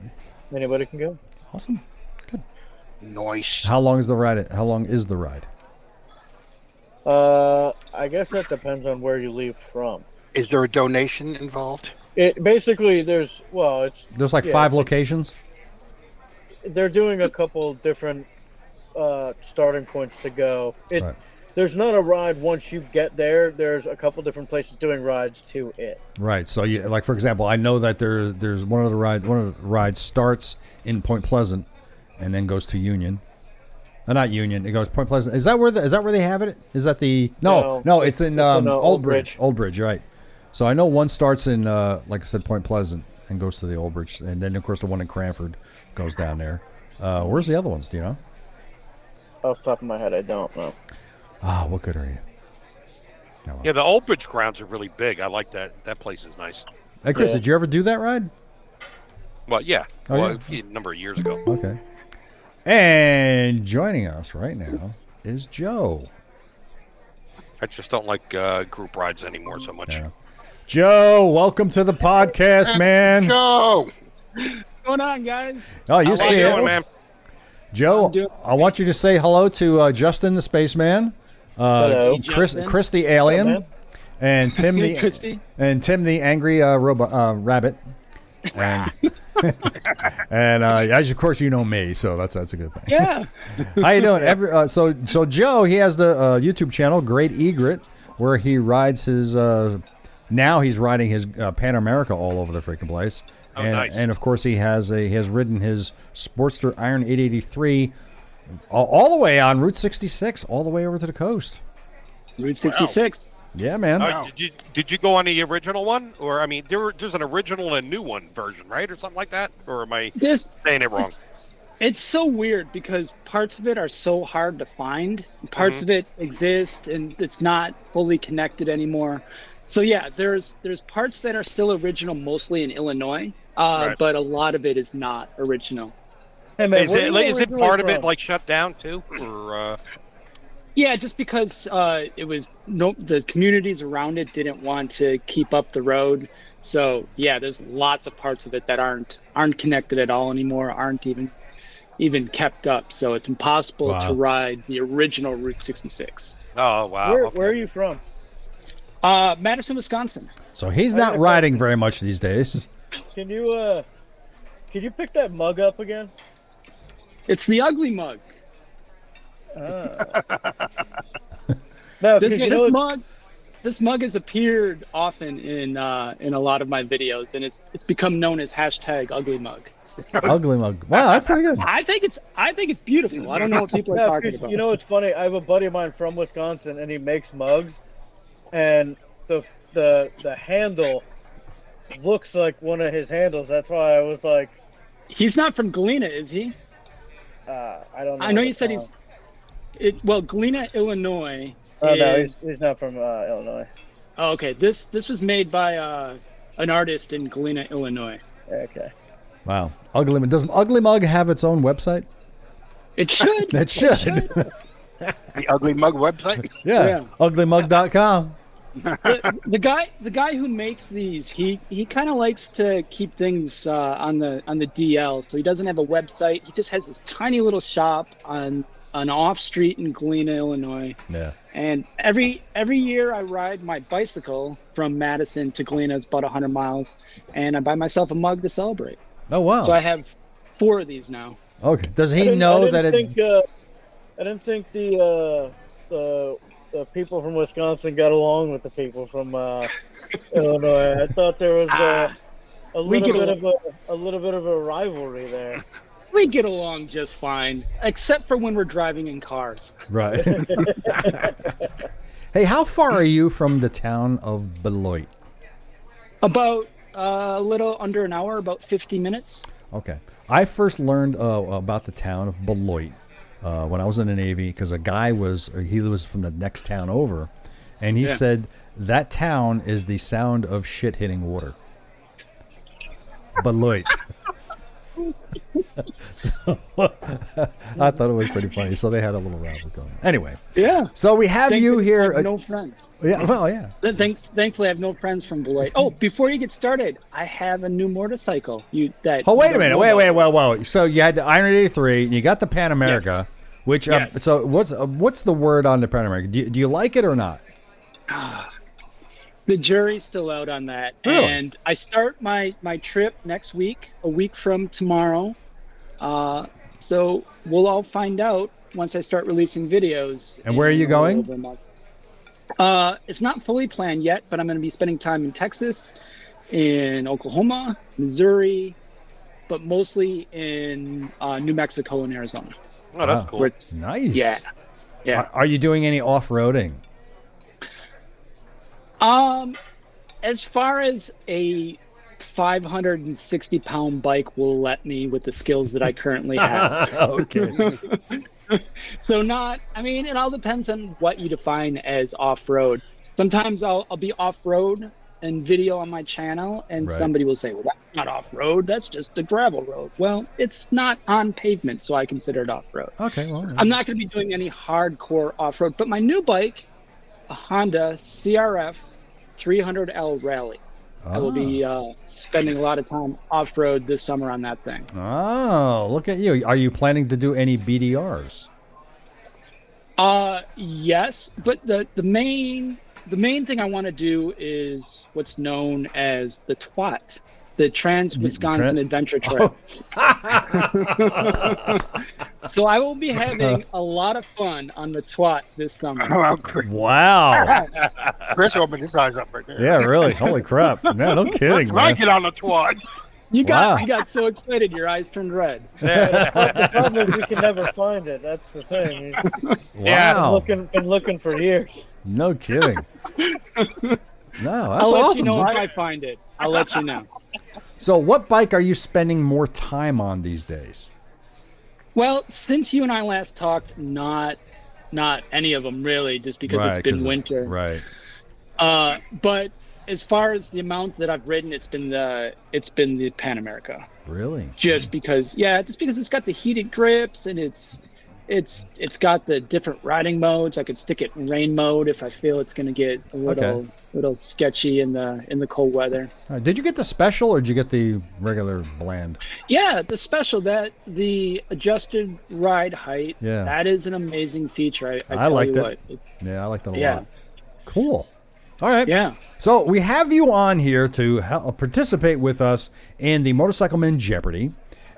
anybody can go.
Awesome.
Nice.
How long is the ride? How long is the ride?
Uh, I guess that depends on where you leave from.
Is there a donation involved?
It basically there's well, it's
There's like
Yeah,
five
it's like-
locations.
they're doing a couple different uh, starting points to go. It
Right.
there's not a ride once you get there. There's a couple different places doing rides to it.
Right. So you like for example, I know that there there's one of the ride one of the rides starts in Point Pleasant and then goes to Union. Uh, not Union. It goes Point Pleasant. Is that where the, is that where they have it? Is that the No, no,
No.
it's in um,
in, uh,
Old,
Old
Bridge.
Bridge.
Old Bridge, right. So I know one starts in uh, like I said Point Pleasant and goes to the Old Bridge and then of course the one in Cranford goes down there. Uh, where's the other ones, do you know?
Off the top of my head, I don't know.
Ah, what good are you?
Yeah, the Old Bridge grounds are really big. I like that. That place is nice.
Hey Chris,
Yeah.
did you ever do that ride?
Well, yeah,
Oh,
well,
yeah.
a few- number of years ago.
Okay. And joining us right now is Joe.
I just don't like uh, group rides anymore so much.
Yeah. Joe, welcome to the podcast, man.
Joe!
going on, guys?
Oh, you
How
see
you
it,
doing, man?
Joe.
I'm doing-
I want you to say hello to uh, Justin the spaceman, uh,
Hello.
Chris,
Justin.
Chris the alien,
Hello, man.
and Tim
Hey,
the
Christy.
and Tim the angry uh, robot uh, rabbit. And, [LAUGHS] and uh, as of course you know me, so that's that's a good thing.
Yeah.
How you doing? Every uh, so so Joe, he has the uh, YouTube channel Great Egret, where he rides his. Uh, now he's riding his uh, Pan America all over the freaking place,
Oh,
and
nice.
and of course he has a he has ridden his Sportster Iron 883 all, all the way on Route 66, all the way over to the coast.
Route 66.
Yeah, man.
Uh, did you did you go on the original one, or I mean, there were, there's an original and a new one version, right, or something like that? Or am I
There's,
saying it wrong?
it's so weird because parts of it are so hard to find. and Parts
Mm-hmm.
of it exist and it's not fully connected anymore. So yeah, there's there's parts that are still original, mostly in Illinois, uh,
Right.
but a lot of it is not original.
Hey, man,
Is
where
it,
are you
is it
originally
part of it
from?
like shut down too, or uh,
Yeah, just because uh, it was no, the communities around it didn't want to keep up the road. So yeah, there's lots of parts of it that aren't aren't connected at all anymore, aren't even even kept up. So it's impossible
Wow.
to ride the original Route 66.
oh wow,
Where,
okay.
where are you from?
Uh, Madison, Wisconsin.
so he's
I
not
got a
riding very much these
[LAUGHS]
days.
Can you uh, can you pick that mug up again?
It's the ugly mug.
No,
This,
because you
this
know,
mug. This mug has appeared often in uh, in a lot of my videos, and it's it's become known as hashtag ugly mug.
Ugly mug. Wow, that's pretty
[LAUGHS]
good.
I think it's I think it's beautiful. I don't know what
[LAUGHS]
people are
no,
talking
'cause
about.
you know, it's funny. I have a buddy of mine from Wisconsin, and he makes mugs, and the the the handle looks like one of his handles. That's why I was like,
He's not from Galena, is he?
uh, I don't. know.
I know
the
you said he's.
town.
It, well, Galena, Illinois.
Oh
is,
no, he's, he's not from uh, Illinois.
oh, okay. This this was made by uh, an artist in Galena, Illinois.
Okay.
Wow, ugly mug. Does ugly mug have its own website?
It should.
It should.
The Ugly Mug website?
[LAUGHS]
[LAUGHS]
yeah.
Yeah.
uglymug.com.
the, the guy the guy who makes these he he kind of likes to keep things uh, on the on the DL. So he doesn't have a website. He just has this tiny little shop on an off street in Galena, Illinois.
Yeah.
And every every year I ride my bicycle from Madison to Galena. It's about 100 miles, and I buy myself a mug to celebrate.
Oh wow.
So I have four of these now.
okay. Does
I
he
didn't-
know
I
that
didn't
it? [LAUGHS]
Think, uh, I didn't think the uh, the the people from Wisconsin got along with the people from uh, Illinois. I thought there was uh, a
Ah, we
little
get
bit of a, a little bit of a rivalry there.
We get along just fine, except for when we're driving in cars. [LAUGHS]
Right.
[LAUGHS]
hey, how far are you from the town of Beloit?
About uh, a little under an hour, about 50 minutes.
Okay. I first learned uh, about the town of Beloit uh, when I was in the Navy because a guy was, or he was from the next town over, and he said that town is the sound of shit hitting water. Beloit. [LAUGHS] so [LAUGHS] I thought it was pretty funny. So they had a little rival going. on. Anyway,
Yeah.
so we have you
Thankfully,
here.
I have no friends.
yeah, well, yeah.
Th- Thank, thankfully, I have no friends from Beloit. Oh, before you get started, I have a new motorcycle. You that?
Oh,
you
wait a
don't
minute.
know
Wait,
about.
wait, whoa, whoa. So you had the Iron 83, and you got the Pan America, which, uh,
Yes.
so what's uh, what's the word on the Pan America? Do you, do you like it or not?
The jury's still out on that.
Really?
And I start my my trip next week, a week from tomorrow. Uh, so we'll all find out once I start releasing videos.
And where are
in
you
a little
going?
over a month. Uh, it's not fully planned yet, but I'm going to be spending time in Texas, in Oklahoma, Missouri, but mostly in uh, New Mexico and Arizona.
Oh, that's
Wow.
cool.
Where it's,
Nice.
yeah, yeah.
Are, are you doing any off roading?
Um, as far as a 560 pound bike will let me with the skills that
[LAUGHS]
I currently have.
okay.
so not, I mean, it all depends on what you define as off road. Sometimes I'll, I'll be off road and video on my channel and
Right.
somebody will say, well, that's not off road. That's just a gravel road. Well, it's not on pavement. So I consider it off road.
[LAUGHS] Okay. Well,
I'm not going to be doing any hardcore off road, but my new bike, a Honda CRF 300L Rally. I
Oh.
will be
Ah.
uh, spending a lot of time off road this summer on that thing.
Oh, look at you. Are you planning to do any BDRs?
Uh, yes, but the, the main the main thing I want to do is what's known as the TWAT, the Trans Wisconsin
Tran-
Adventure Trail. so I will be
[LAUGHS]
having a lot of fun on the TWAT this summer.
Well,
[LAUGHS]
Chris,
Wow.
Chris opened his eyes up right there.
yeah, really. Holy crap. No,
[LAUGHS]
no kidding,
When I
man.
get on the twat.
You got
Wow.
you got
[LAUGHS]
so excited, your eyes turned red.
The problem is we can never find it. That's the thing. Been
Wow.
looking, been looking for years.
No kidding.
[LAUGHS]
No, that's
I'll let
awesome.
you know if I find it. I'll let you know.
So, what bike are you spending more time on these days?
Well, since you and I last talked, not not any of them really, just because it's been winter.
Right.
Uh, but as far as the amount that I've ridden, it's been the it's been the Pan America,
Really?
just because yeah, just because it's got the heated grips and it's it's it's got the different riding modes. I could stick it in rain mode if I feel it's going to get a little little sketchy in the in the cold weather.
All right, Uh, Did you get the special or did you get the regular bland?
Yeah, the special that the adjusted ride height.
Yeah.
that is an amazing feature. I, I,
I
tell
liked it.
you What, it-
Yeah, I like that a
Yeah.
lot. Cool. All right.
yeah,
So we have you on here to help participate with us in the Motorcycle Men Jeopardy,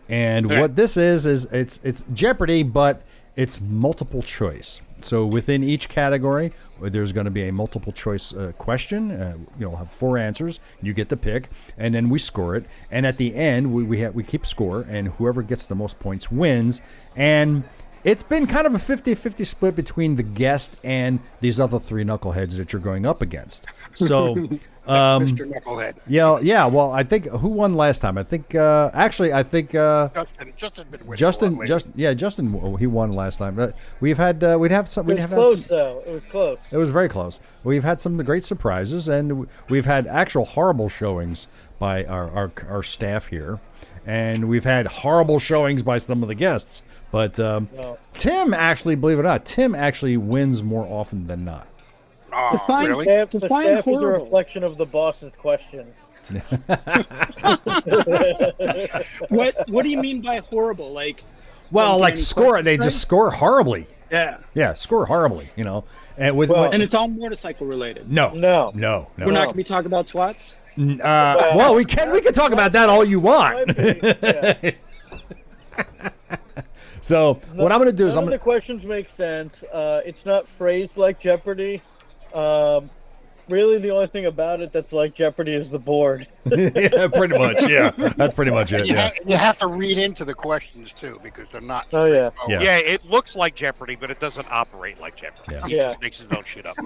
and
All right.
what this is is it's it's Jeopardy, but it's multiple choice. So within each category, there's going to be a multiple choice uh, question. Uh, you'll have four answers. You get to pick, and then we score it. And at the end, we we, ha- we keep score, and whoever gets the most points wins. And it's been kind of a 50-50 split between the guest and these other three knuckleheads that you're going up against.
[LAUGHS]
So, um,
Mr. Knucklehead.
yeah, yeah. Well, I think who won last time? I think uh, actually, I think uh,
Justin, Justin, been winning a
Justin.
lot
Just yeah, Justin. w- He won last time. Uh, We've had uh, we'd have some. We'd
It was
have had-
close though. It was close.
it was very close. We've had some great surprises, and w- we've had actual horrible showings by our, our, our staff here, and we've had horrible showings by some of the guests. But um,
Well.
Tim actually, believe it or not, Tim actually wins more often than not.
lately. Oh,
Fine.
really?
Staff,
To
the
find
staff is a
horrible.
reflection of the boss's questions.
[LAUGHS]
what what do you mean by horrible? Like,
Well,
Don't get
like
any
score, they
questions,
just score horribly.
yeah,
Yeah, score horribly. You know, and with
Well-
what-
and it's all motorcycle related.
no,
No.
no, no.
We're not
No.
going to be talking about twats.
Uh, well, we can we can talk about that all you want.
Yeah.
So what I'm gonna do is
None
I'm
of the
gonna
questions make sense. Uh, it's not phrased like Jeopardy. Um, really, the only thing about it that's like Jeopardy is the board.
[LAUGHS] yeah, pretty much yeah. That's pretty much it.
You,
Yeah.
ha- you have to read into the questions too because they're not.
Oh yeah,
[LAUGHS] Yeah.
Yeah, it looks like Jeopardy, but it doesn't operate like Jeopardy.
Yeah.
It
Yeah.
just makes his own shit up.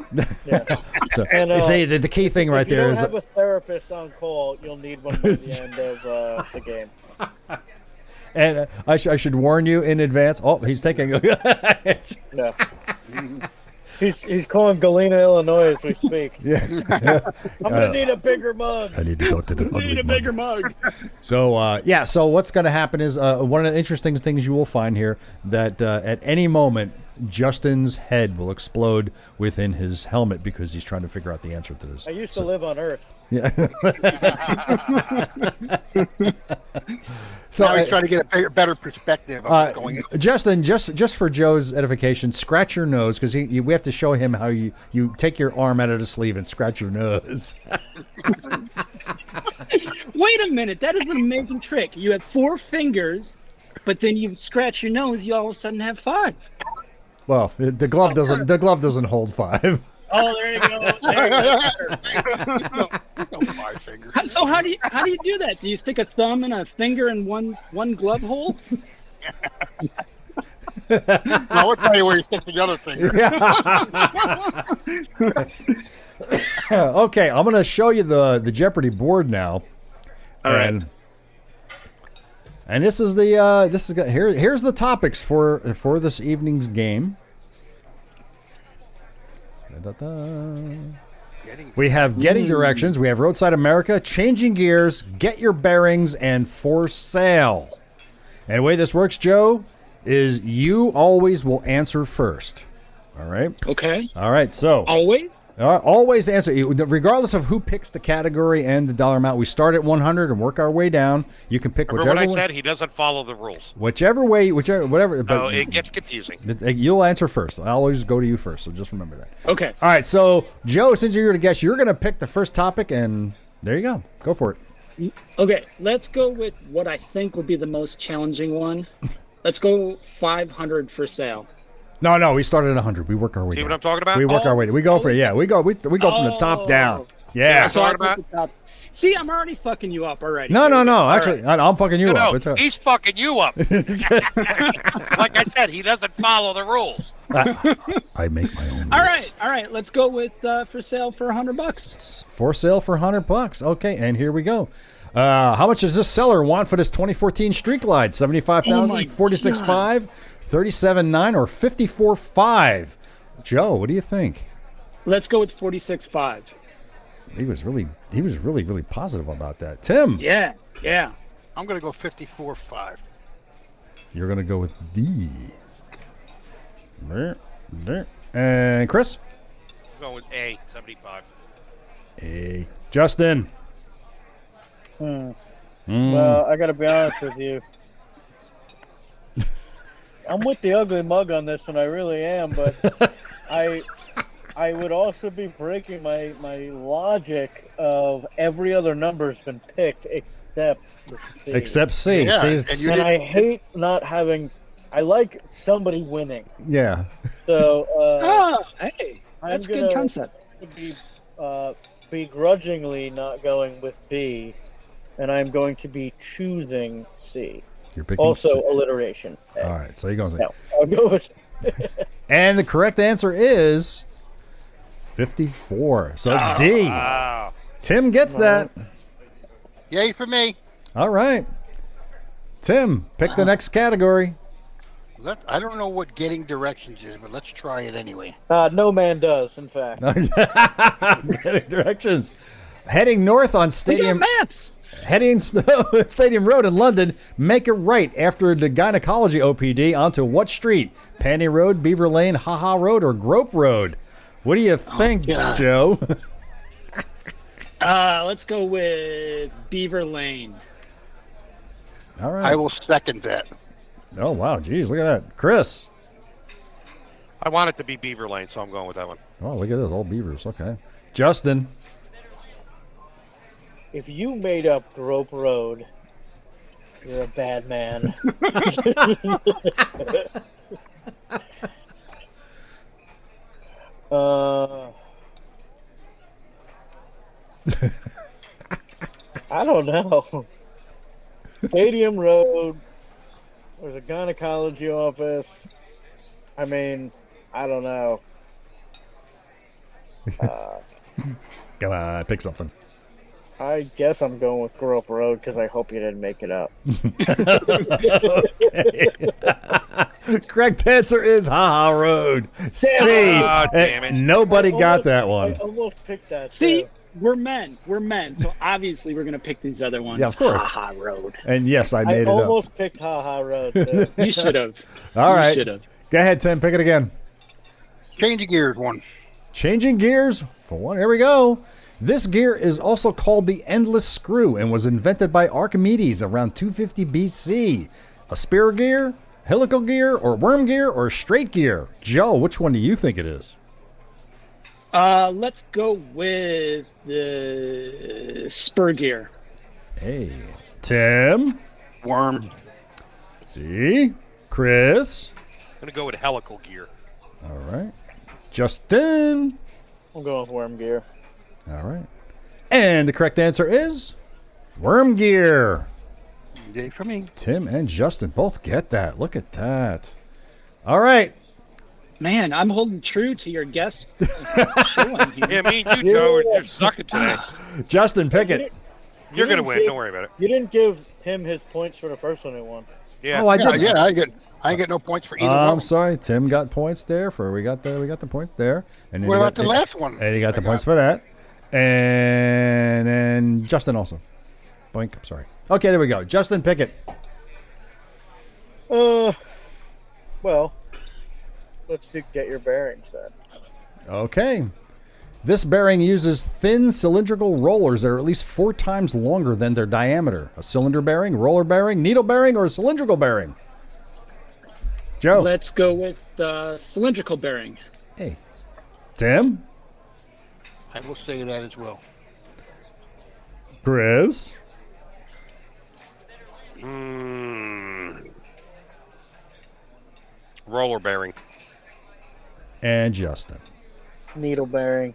yeah.
So,
And, uh,
see, the, the key thing [LAUGHS] right
if you
there
don't
is
have a therapist on call, you'll need one by the end of uh, the game.
[LAUGHS] and uh, [LAUGHS] I, sh- I should warn you in advance. Oh, he's taking.
No. He's, he's calling Galena, Illinois as we speak.
Yeah.
[LAUGHS] I'm gonna need a bigger mug.
I need to go to the
We need a bigger mug.
So uh, yeah, so what's going to happen is uh, one of the interesting things you will find here that uh, at any moment Justin's head will explode within his helmet because he's trying to figure out the answer to this.
I used to live on Earth.
So
now
uh,
he's trying to get a better, better perspective of
uh,
what's going on.
Justin, just just for Joe's edification, scratch your nose because we have to show him how you you take your arm out of the sleeve and scratch your nose.
[LAUGHS]
[LAUGHS]
Wait a minute, that is an amazing trick. You have four fingers, but then you scratch your nose, you all of a sudden have five.
well, the glove doesn't the glove doesn't hold five.
Oh, there you go.
There's no, there's no five fingers.
[LAUGHS] How- So how do you how do you do that? Do you stick a thumb and a finger in one one glove hole?
I will tell you where you stick the other finger.
okay, I'm going to show you the the Jeopardy board now.
All right.
and, And this is the uh, this is gonna- here. Here's the topics for for this evening's game. Da-da-da. We have getting directions. We have roadside America, changing gears, get your bearings, and for sale. And the way this works, Joe, is you always will answer first. All right.
Okay.
All right. So.
Always?
All right, always answer. You- Regardless of who picks the category and the dollar amount, we start at 100 and work our way down. You can pick
Remember what
whichever
I
one-
said? He doesn't follow the rules.
whichever way, whichever whatever. But
Oh, it gets confusing.
th- th- you'll answer first. I always go to you first, so just remember that.
Okay.
All right, so Joe, since you're here to guess, you're going to pick the first topic, and there you go. Go for it.
Okay, let's go with what I think would be the most challenging one. Let's go 500 for sale.
No, no, we started at 100. We work our way.
See what
down.
I'm talking about?
We work our way. We go for it. Yeah, we go. We, we go from the
Oh.
top down. Yeah.
That's all
I
right, Matt.
picked it up. See, I'm already fucking you up already.
No, no, no.
All
Actually, I, I'm fucking you
No,
up.
no,
It's all-
he's fucking you
[LAUGHS]
up. like I said, he doesn't follow the rules.
I make my own.
All
rules.
right, all right. Let's go with uh, for sale for 100 bucks.
for sale for 100 bucks. Okay, and here we go. Uh, how much does this seller want for this 2014 Streak Glide? 75,000,
Oh my
46.5, 37.9 or 54.5? Joe, what do you think?
Let's go with 46.5.
He was really he was really really positive about that. Tim,
Yeah, yeah.
I'm going to go 54 5.
you're going to go with D. And Chris?
I'm going with A, 75.
A. Justin.
Well, I gotta be honest with you. I'm with the ugly mug on this one, I really am, but I I would also be breaking my, my logic of every other number's been picked except the C.
Except C.
Yeah,
C is
and you
and I hate not having I like somebody winning.
yeah.
So
[LAUGHS]
uh
Oh, hey,
I'm
that's a
gonna-
good concept.
to be uh, begrudgingly not going with B, and I'm going to be choosing C.
You're picking
Also
C.
alliteration.
All right, so you're going
No, [LAUGHS] I'll go with
And the correct answer is 54. So it's D.
Wow.
Tim gets that.
Yay for me.
All right. Tim, pick the next category.
Let, I don't know what getting directions is, but let's try it anyway.
uh, no man does. In fact,
Getting directions. Heading north on
We got
Stadium
maps.
heading [LAUGHS] snow- Stadium Road in London. Make it right after the gynecology OPD onto what street? Pandy Road, Beaver Lane, Haha Road, or Grope Road? What do you think,
God.
Joe? [LAUGHS]
Uh, let's go with Beaver Lane.
All right.
I will second that.
oh wow, geez, look at that, Chris.
I want it to be Beaver Lane, so I'm going with that one.
Oh, look at this, all beavers. Okay, Justin.
if you made up Grope Road, you're a bad man. [LAUGHS] uh, I don't know. Stadium Road. There's a gynecology office. I mean, I don't know.
Come on, pick something.
I guess I'm going with Grove Road because I hope you didn't make it up.
Correct answer is Ha Ha Road. C.
Ah, damn it.
Nobody got
Almost-
that
I
one.
almost picked that.
See,
too.
we're men. We're men. So obviously we're gonna pick these other ones.
Yeah, of course.
Ha ha road.
And yes, I
I
made it up.
almost picked Ha Ha
[LAUGHS]
Road. Too.
You should have.
All
you
right.
Should have.
Go ahead, Tim. Pick it again.
Changing gears one.
Changing gears for one. Here we go. This gear is also called the Endless Screw and was invented by Archimedes around 250 BC. A spear gear, helical gear, or worm gear, or straight gear? Joe, which one do you think it is?
Uh, let's go with the spur gear.
Hey. Tim?
Worm.
See? Chris?
I'm gonna go with helical
[LAUGHS]
gear.
All right. Justin?
I'm going with Worm Gear.
All right. And the correct answer is worm gear.
Yay for me.
Tim and Justin both get that. Look at that. All right.
Man, I'm holding true to your guess. showing here.
Yeah, me and you, Joe, are just sucking today.
Justin Pickett.
You're gonna win. Don't worry about it.
You didn't give him his points for the first one he won.
Yeah.
Oh, I
Yeah,
did.
yeah, I get I get no points for either
I'm
one.
sorry. Tim got points there for we got the we got the points there. And then
What
he
about
got-
the last one?
And he got the
I
points for that. And and Justin also. Boink. I'm sorry. Okay, there we go. Justin Pickett.
Uh, well, let's do get your bearings then.
Okay. This bearing uses thin cylindrical rollers that are at least four times longer than their diameter. A cylinder bearing, roller bearing, needle bearing, or a cylindrical bearing? Joe.
Let's go with uh, cylindrical bearing.
hey. Tim.
I will say that as well.
Chris.
Mm. Roller bearing.
And Justin.
Needle bearing.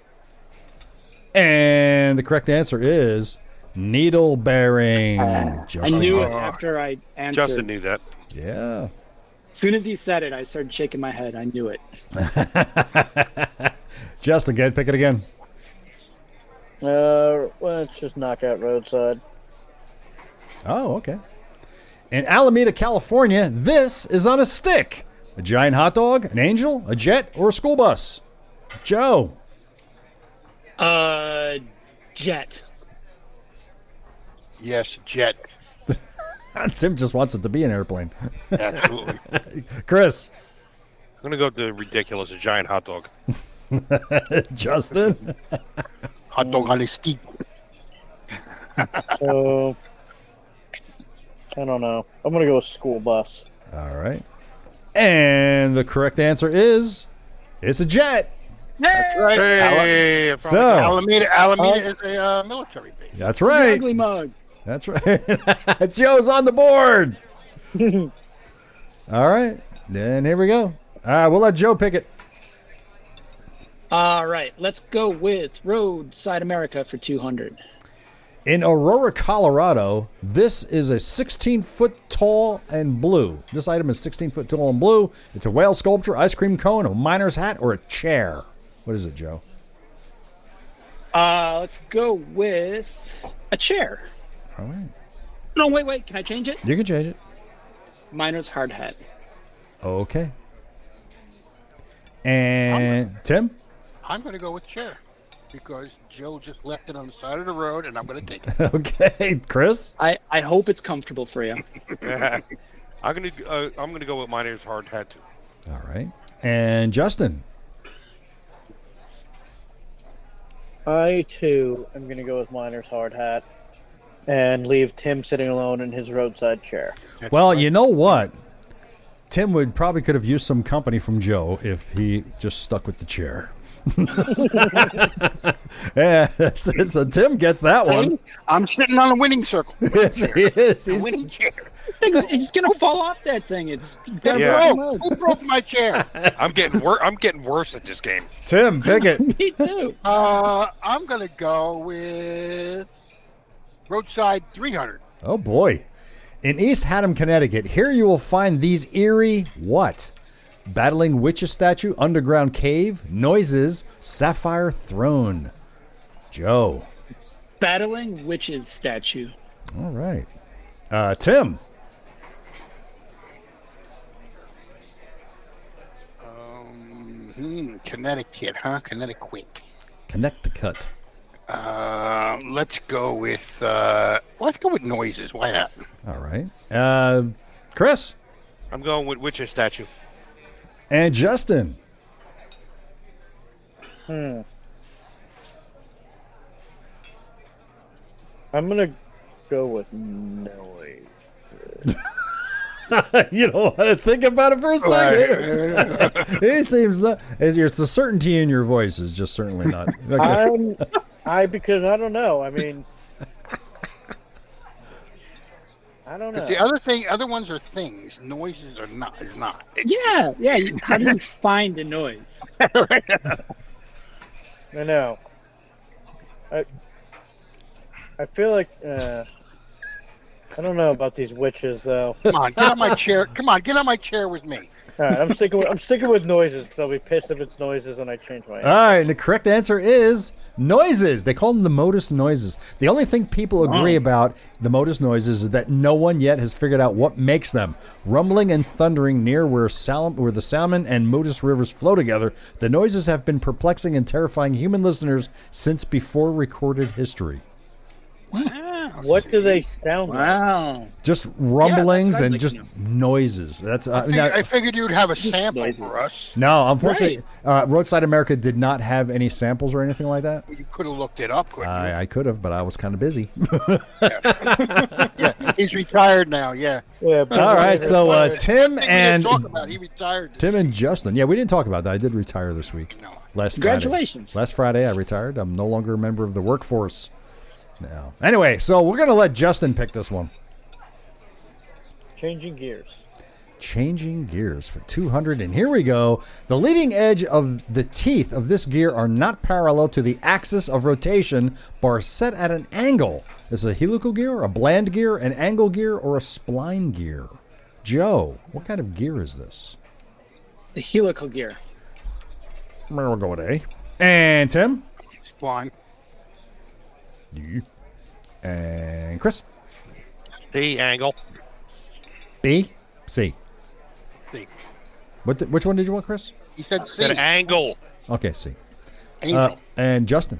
And the correct answer is needle bearing.
I
Justin.
knew it
gets-
after I answered.
Justin knew that.
Yeah.
As soon as he said it, I started shaking my head. I knew it.
Justin, get pick it again.
Uh, well, it's just knockout roadside.
Oh, okay. In Alameda, California, this is on a stick. A giant hot dog, an angel, a jet, or a school bus. Joe. [LAUGHS]
Uh, jet.
Yes, jet.
Tim just wants it to be an airplane. [LAUGHS]
[LAUGHS]
Absolutely.
Chris. [LAUGHS]
I'm gonna go to ridiculous. A giant hot dog.
Justin. [LAUGHS]
Hot dog on a stick.
So, I don't know. I'm gonna go with school bus.
All right. And the correct answer is it's a jet.
That's right.
Hey, I probably-
So-
Alameda, Alameda is a uh, military base.
That's
Hey.
right.
Ugly mug.
That's right. [LAUGHS] it's Joe's on the board. All right. Then here we go. Uh, we'll let Joe pick it.
All right, let's go with Roadside America for 200.
In Aurora, Colorado, this is a 16 foot tall and blue. This item is 16 foot tall and blue. It's a whale sculpture, ice cream cone, a miner's hat, or a chair. What is it, Joe?
Uh, let's go with a chair.
All right.
No, wait, wait. Can I change it?
You can change it.
Miner's hard hat.
Okay. And Tim? [LAUGHS]
I'm going to go with chair because Joe just left it on the side of the road, and I'm going to take it.
Okay. Chris?
I, I hope it's comfortable for you.
[LAUGHS] I'm gonna uh, I'm gonna go with miner's hard hat. too.
All right. And Justin?
I too am gonna go with miner's hard hat, and leave Tim sitting alone in his roadside chair.
Well, you know what? Tim would probably could have used some company from Joe if he just stuck with the chair. yeah, it's, it's a, Tim gets that one.
I'm sitting on a winning circle.
Yes, [LAUGHS] he is.
A
He's-
winning chair.
He's gonna fall off that thing. It's you gotta
Yeah.
break him
Broke.
loose.
Who broke my chair?
I'm getting wor- I'm getting worse at this game.
Tim, pick it.
Me too.
Uh, I'm going to go with roadside 300.
Oh boy. In East Haddam, Connecticut, here you will find these eerie what? Battling witches statue, underground cave, noises, sapphire throne. Joe.
battling witches [LAUGHS] statue.
All right. Uh, Tim.
Um, hmm, Connecticut, huh? Connecticut.
Connect the cut.
Uh, let's go with uh, let's go with noises. Why not?
All right. Uh, Chris
I'm going with Witcher statue.
and Justin. [LAUGHS]
Hmm. I'm gonna go with noise.
you don't want to think about it for a second. [LAUGHS] it seems that it's it's the certainty in your voice is just certainly not. Okay.
I'm I because I don't know. I mean, I don't know.
The other thing, other ones are things. Noises are not. Is not.
Yeah, yeah. you- How do you find a noise?
I know. I I feel like uh, I don't know about these witches though.
Come on, get on my chair. Come on, get on my chair with me.
All right, I'm sticking with I'm sticking with noises because I'll be pissed if it's noises and I change
All
my.
right, and the correct answer is noises. They call them the modus noises. The only thing people agree about the modus noises is that no one yet has figured out what makes them. Rumbling and thundering near where Sal- where the Salmon and Modus rivers flow together, the noises have been perplexing and terrifying human listeners since before recorded history.
What do they sound like?
Wow.
Just rumblings
what I'd
and
like
just
to
noises. That's uh,
Figured-
now-
I figured you'd have a sample
noises.
for us.
no, unfortunately, uh, Roadside America did not have any samples or anything like that.
You could have looked it up quick.
I, I could have, but I was kind of
[LAUGHS]
busy.
He's retired now. Yeah.
Yeah, but-
All right, so uh,
But
Tim
I think we didn't
and
talk about. it. He retired.
Tim and Justin. Yeah, we didn't talk about that. I did retire this week.
No.
Last
Congratulations.
Friday. Last Friday, I retired. I'm no longer a member of the workforce now. Anyway, so we're gonna let Justin pick this one.
changing gears.
Changing gears for 200, and here we go. The leading edge of the teeth of this gear are not parallel to the axis of rotation, but are set at an angle. This is a helical gear, a bland gear, an angle gear, or a spline gear. Joe, what kind of gear is this?
The helical gear.
We'll go with A. And Tim? E.
Fine.
And Chris?
The angle.
B? C.
See.
What the, which one did you want, Chris?
He said
Said
see.
angle.
Okay, C.
Angel.
Uh, and Justin?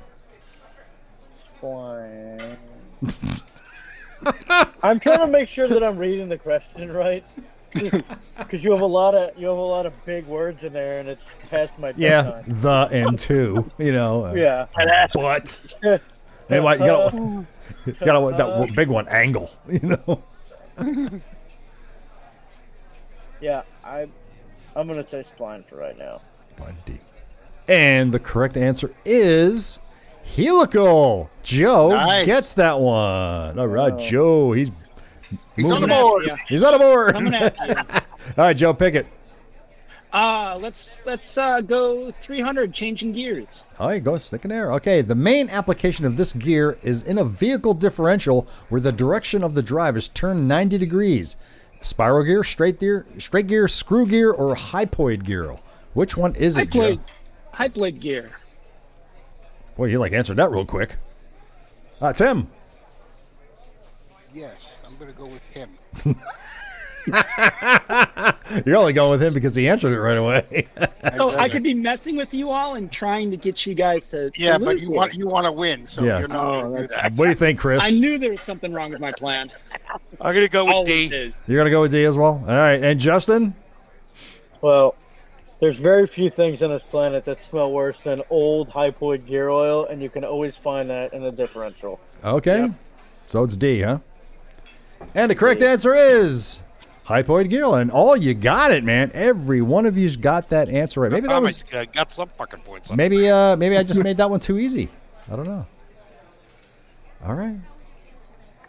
Fine. I'm trying to make sure that I'm reading the question right, because you have a lot of you have a lot of big words in there, and it's past my
Yeah,
bedtime.
the and two. You know. uh,
Yeah.
But. Hey, why- you gotta, you gotta that big one angle. [LAUGHS] You know.
Yeah, I, I'm gonna say spline for right now.
One D. And the correct answer is helical. Joe
Nice.
gets that one. All right, Joe. He's
He's on the
moving it.
board.
Yeah.
He's on a board.
Coming
All
at you.
[LAUGHS]
right, Joe, pick it.
Uh, let's let's uh, go 300, changing gears.
Oh, you go, stick an arrow. Okay, the main application of this gear is in a vehicle differential where the direction of the drive is turned 90 degrees. Spiral gear, straight gear, straight gear, screw gear, or hypoid gear. Which one is it, Joe?
Hyploid, hyploid gear.
Boy, you like answered that real quick. Uh, Tim.
Yes, I'm gonna go with him.
You're only going with him because he answered it right away. [LAUGHS]
Oh, I could be messing with you all and trying to get you guys to. to
Yeah, but
lose
you
here.
want you want to win, so
Yeah.
you're not.
Oh,
gonna do
that's-
that.
what do you think, Chris?
I knew there was something wrong with my plan.
I'm gonna go with
Always
D.
is.
You're gonna go with D as well. All right, and Justin.
Well, there's very few things on this planet that smell worse than old hypoid gear oil, and you can always find that in the differential.
Okay. So it's D, huh? And the correct answer is hypoid gill. And all you got it, man. Every one of you's got that answer right. Maybe that
I
was
might, uh, got some fucking points. on it.
maybe uh maybe I just made that one too easy. I don't know. All right.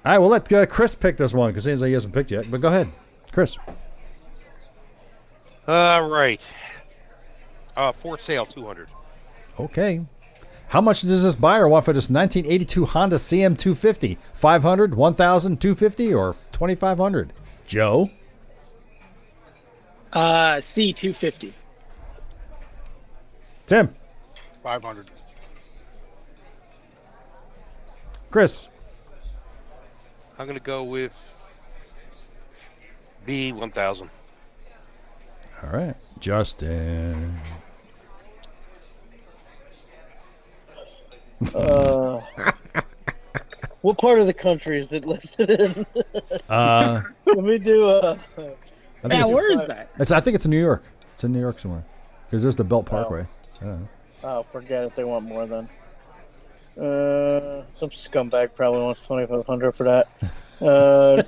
All right, we'll let uh, Chris pick this one because seems like he hasn't picked yet. But go ahead, Chris.
All right. Uh, for sale, 200.
Okay. How much does this buyer want for this 1982 Honda CM250? 500, 1000, 250, or 2500? Joe?
Uh, C 250.
Tim?
Five hundred.
Chris.
I'm gonna go with B one thousand.
All right. Justin.
Uh, what part of the country is it [LAUGHS] listed in?
Uh,
Let me do a.
I, think
Yeah,
it's,
where is that?
it's- I think it's in New York. It's in New York somewhere. Because there's the
Oh.
Belt Parkway. I don't know.
Oh, forget it. They want more then. Uh, some scumbag probably wants twenty five hundred for that.
[LAUGHS]
Uh,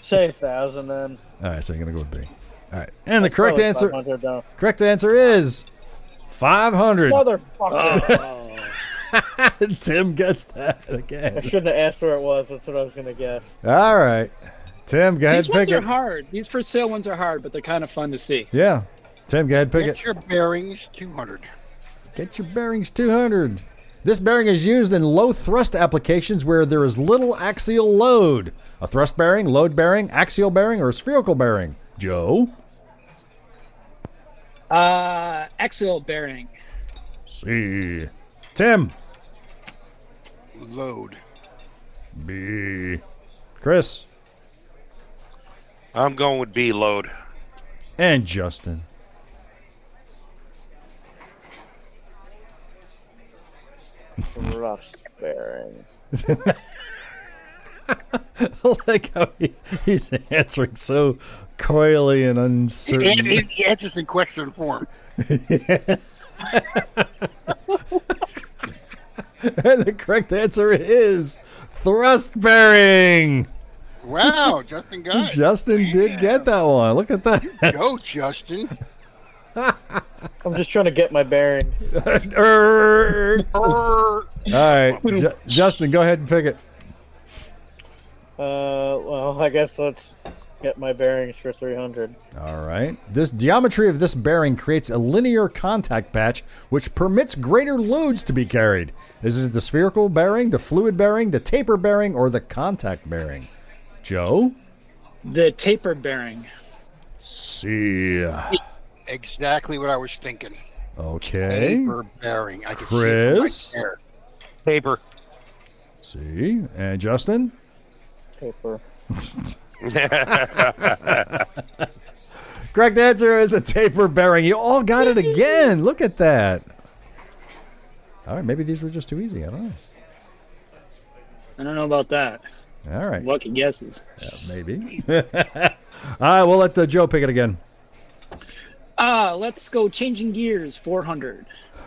say thousand then.
All right, so you're going to go with B. All right. And the correct
Probably
answer
500 down.
correct answer is 500.
Motherfucker!
[LAUGHS] Tim gets that
I
again.
shouldn't have asked where it was. That's what I was gonna guess.
All right. Tim, go ahead
These
pick
ones are
it.
hard. These for sale ones are hard, but they're kind of fun to see.
Yeah. Tim, go ahead pick it.
Get your bearings 200.
Get your bearings 200. This bearing is used in low thrust applications where there is little axial load. A thrust bearing, load bearing, axial bearing, or spherical bearing. Joe?
Uh, axial bearing.
C. Tim?
Load.
B. Chris?
I'm going with B load.
And [LAUGHS] Justin.
Thrust bearing.
like how he, he's answering so coyly and
It,
uncertain.
it, it's just in question form.
and the correct answer is thrust bearing.
Wow, Justin got it.
Justin did get that one. Look at that. [LAUGHS]
Go, Justin.
I'm just trying to get my bearing.
Err.
Err.
All right, Ju- Justin, go ahead and pick it.
Uh, well, I guess let's get my bearings for 300.
All right. This geometry of this bearing creates a linear contact patch which permits greater loads to be carried. Is it the spherical bearing, the fluid bearing, the taper bearing, or the contact bearing? Joe?
The taper bearing.
See.
Exactly what I was thinking.
Okay.
Paper bearing. I could see it from my
Chris?
chair.
Paper.
See. And Justin?
Paper.
Correct answer is a taper bearing. You all got it again. Look at that. All right, maybe these were just too easy. I don't know.
I don't know about that.
All right, uh,
Lucky guesses.
maybe. [LAUGHS] all right, we'll let uh, Joe pick it again.
Ah, let's go changing gears. 400.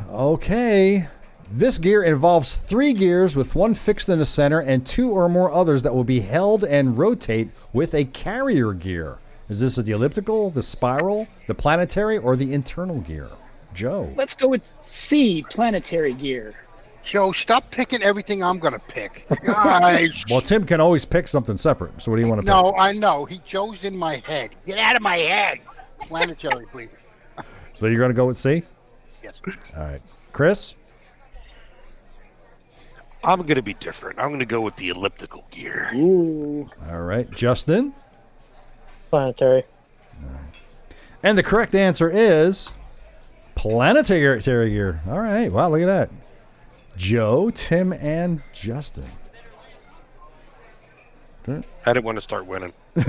Okay. This gear involves three gears with one fixed in the center and two or more others that will be held and rotate with a carrier gear. Is this the elliptical, the spiral, the planetary, or the internal gear? Joe.
Let's go with C, planetary gear.
Joe, stop picking everything I'm going to pick. Guys.
Well, Tim can always pick something separate. So what do you want to pick?
no, I know. He Joe's in my head. Get out of my head. Planetary, please.
So you're going to go with C?
Yes.
All right. Chris?
I'm gonna be different. I'm gonna go with the elliptical gear.
Ooh.
All right. Justin?
Planetary.
And the correct answer is planetary terry gear. All right. Wow, look at that. Joe, Tim, and Justin.
I didn't want to start winning.
[LAUGHS]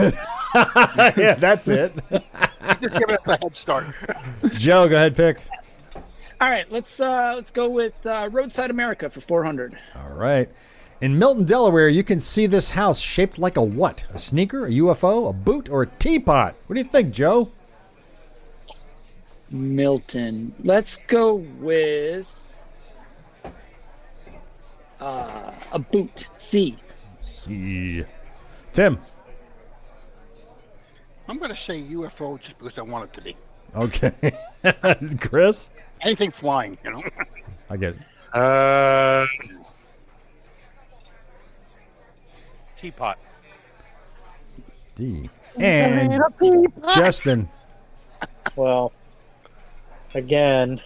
yeah, that's it.
Just giving us a head start.
[LAUGHS] Joe, go ahead, pick.
All right, let's uh, let's go with uh, Roadside America for 400.
All right. In Milton, Delaware, you can see this house shaped like a what? A sneaker, a UFO, a boot, or a teapot? What do you think, Joe?
Milton. Let's go with uh, a boot. C.
See. Tim.
I'm going to say UFO just because I want it to be.
Okay. [LAUGHS] Chris?
Anything flying, you know?
I get it.
Uh, teapot.
D. And Justin.
Well, again,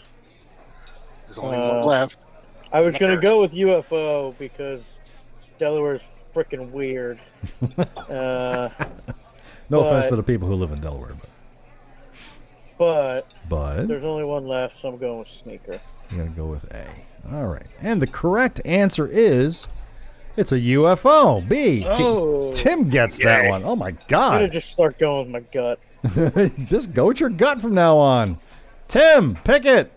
There's only
Uh,
one left.
I was gonna go with UFO because Delaware's freaking weird. uh,
No offense
But-
to the people who live in Delaware, but.
but
But
there's only one left, so I'm going with sneaker.
I'm going to go with A. All right. And the correct answer is It's a UFO. B. T-
Oh.
Tim gets that
Yay.
one. Oh my
I'm gonna
god.
just start going with my gut.
[LAUGHS] Just go with your gut from now on. Tim, pick it.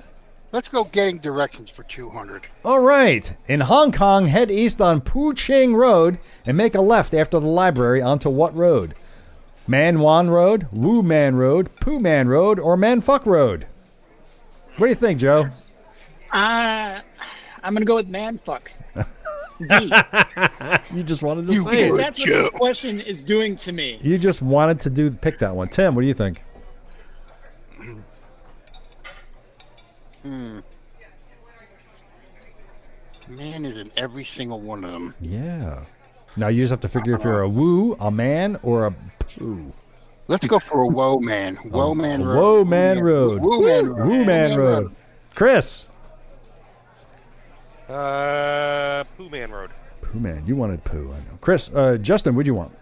Let's go getting directions for 200.
All right. In Hong Kong, head east on Pu Ching Road and make a left after the library onto what road? Man Wan Road, Wu Man Road, Poo Man Road, or Man Fuck Road? What do you think, Joe?
Uh, I'm gonna go with man fuck. D.
You just wanted to
Because
Good
that's what this
job.
question is doing to me.
You just wanted to do pick that one. Tim, what do you think?
Man is in every single one of them.
Yeah. Now you just have to figure if you're a woo, a man, or a poo.
Let's go for a woe man. Woe man road.
Whoa, man road.
Woe man road.
Woo man road. Chris.
Uh, Pooh Man Road.
Poo man, you wanted poo. I know. Chris, uh, Justin, what'd you want?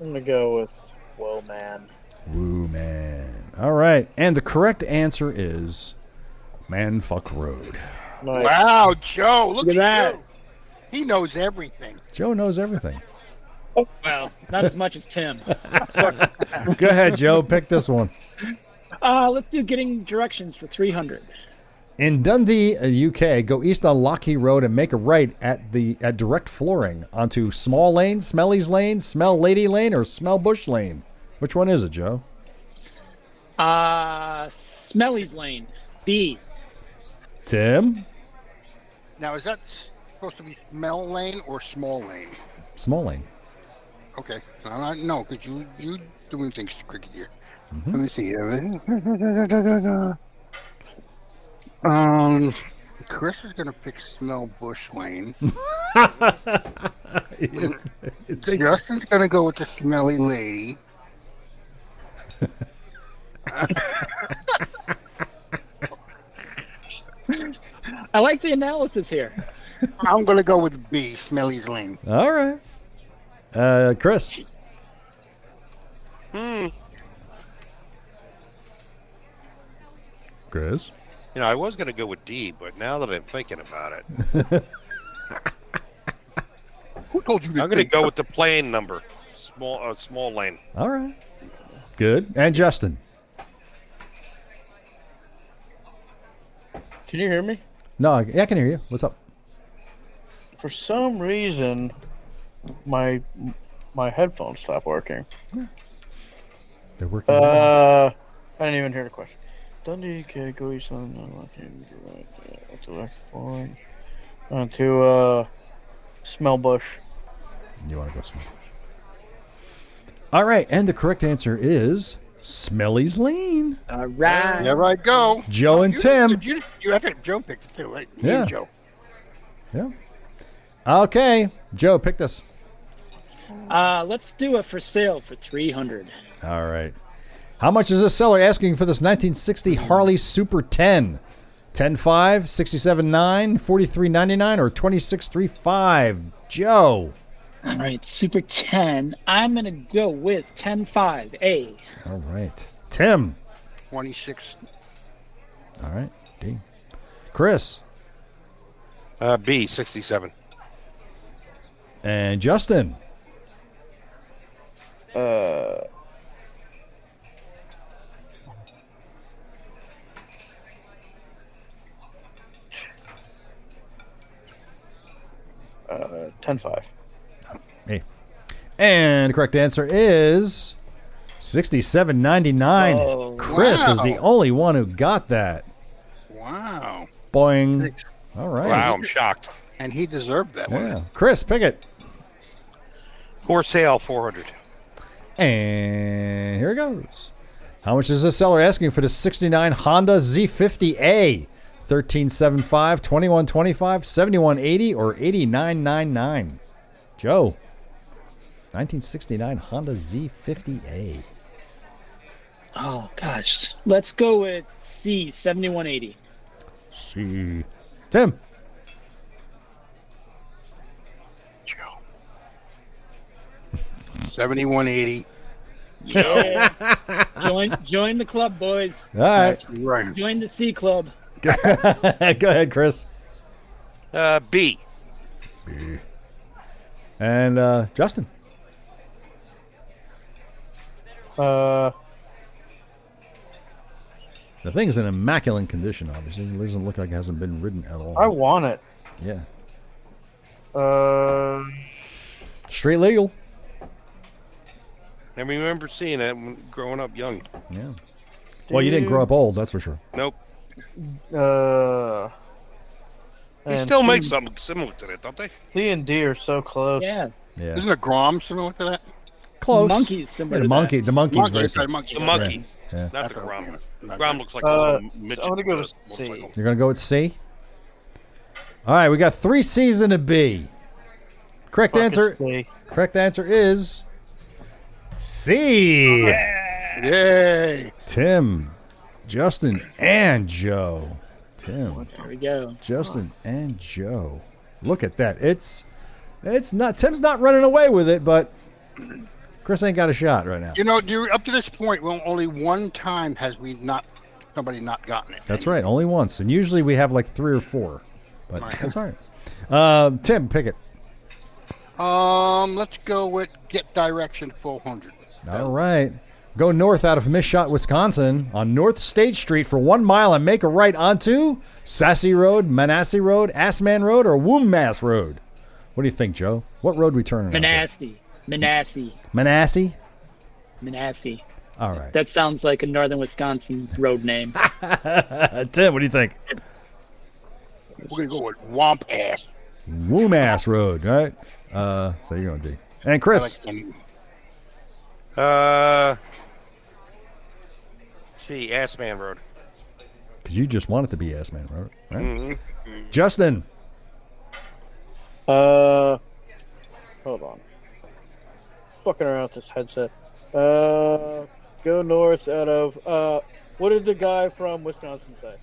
I'm gonna go with Whoa Man.
Woo man. All right, and the correct answer is man fuck road.
Nice.
Wow, Joe, look,
Look at
at
that.
you. He knows everything.
Joe knows everything.
Well, not as much
[LAUGHS]
as Tim.
Go ahead, Joe. Pick this one.
Uh, let's do getting directions for 300.
In Dundee, uh, UK, go east on Lockheed Road and make a right at the at direct flooring onto Small Lane, Smelly's Lane, Smell Lady Lane, or Smell Bush Lane. Which one is it, Joe?
Uh, Smelly's Lane. B.
Tim,
Now, is that supposed to be smell lane or small lane?
Small Lane.
Okay, no, I no, because you you doing things cricket here. Let me see. uh, Um, Chris is gonna pick smell bush lane. Justin's gonna go with the smelly lady.
I like the analysis here.
I'm gonna go with B, smelly's lane.
All right. Uh, Chris,
Hmm.
Chris,
You know, I was gonna go with D, but now that I'm thinking about it,
Who told you? To
I'm gonna
think
go with the plane number, small, uh, small lane.
All right. Good. And Justin.
Can you hear me?
No, I yeah, I can hear you. What's up?
For some reason, my my headphones stopped working.
They're working.
Uh, I didn't even hear the question. Dundee, okay, go east on the left hand, go right, uh, What's the left forward? On to uh, Smellbush.
you want to go smell. All right. And the correct answer is Smelly's Lane.
All right.
There I go.
Joe and
Oh, You-
Tim.
did You, you have to Joe picked it too, right? You
Yeah.
and Joe.
Yeah. Okay. Joe, pick this.
Uh, let's do a for sale for 300.
All right. How much is this seller asking for this 1960 Harley Super 10? 10.5, 67.9, 43.99, or 26.35? Joe.
All right, Super 10. I'm going to go with 105. A.
All right. Tim.
Twenty six.
All right. D. Chris.
Uh, B, sixty-seven.
And Justin.
Uh, uh, 10 5.
Hey. And the correct answer is 67.99.
Oh,
Chris is
wow.
the only one who got that.
Wow.
Boing. All right.
Wow, I'm shocked.
And he deserved that one.
Yeah. Chris, pick it.
For sale, four hundred.
And here it goes. How much is this seller asking for the 69 Honda Z50A? 1375, 2125, 7180, or 8999? Joe. 1969 Honda Z50A.
Oh, gosh. Let's go with C. 7180.
See. Tim.
Joe. Seventy one eighty.
Yeah. join, join the club, boys.
All right.
That's right.
Join the C Club.
[LAUGHS] Go ahead, Chris.
Uh, B.
Eh. And uh, Justin.
Uh,
The thing's in immaculate condition, obviously. It doesn't look like it hasn't been ridden at all.
I want it.
yeah.
Uh,
Straight legal.
I remember seeing it when- growing up young.
Yeah. Well, you didn't grow up old, that's for sure.
Nope.
Uh,
They still make something similar to that, don't they?
D and D are so close.
Yeah,
Yeah.
Isn't a Grom similar to that?
Close.
monkeys similar.
Yeah, the
to that.
monkey. The monkey's
Monkey,
very
sorry,
sim-
monkey.
The monkey,
Yeah.
not the
That's
Grom.
okay. Not
Grom
that.
looks like
Uh,
a little
so
midget.
I'm gonna go
with
with
a
C.
motorcycle.
You're going to go with C? All right, we got three C's and a B. Correct
Fucking
answer.
C.
Correct answer is C.
Yay!
Tim, Justin, and Joe. Tim,
There we go.
Justin, and Joe. Look at that. It's it's not Tim's not running away with it, but Chris ain't got a shot right now.
You know, you up to this point, well, only one time has we not somebody not gotten it.
That's right, only once. And usually we have like three or four. But that's all right. Um, Tim, pick it.
Um, let's go with Get Direction 400.
All right. Go north out of Mishot, Wisconsin on North State Street for one mile and make a right onto Sassy Road, Manasseh Road, Assman Road, or Wombass Road. What do you think, Joe? What road we turning onto?
Manasseh, Manasseh,
Manasseh?
Manasseh.
All right.
That sounds like a northern Wisconsin road name.
Uh, Tim, what do you think?
We're gonna go with Womp Ass.
Wombass Road, right? Uh, so you're going to D. And
I
Chris,
like them.
Uh, see, Ass Man Road.
because you just want it to be Assman Road, right? Mm-hmm. Justin, [LAUGHS]
Uh, hold on. Fucking around with this headset. Uh, go north out of uh, what did the guy from Wisconsin say?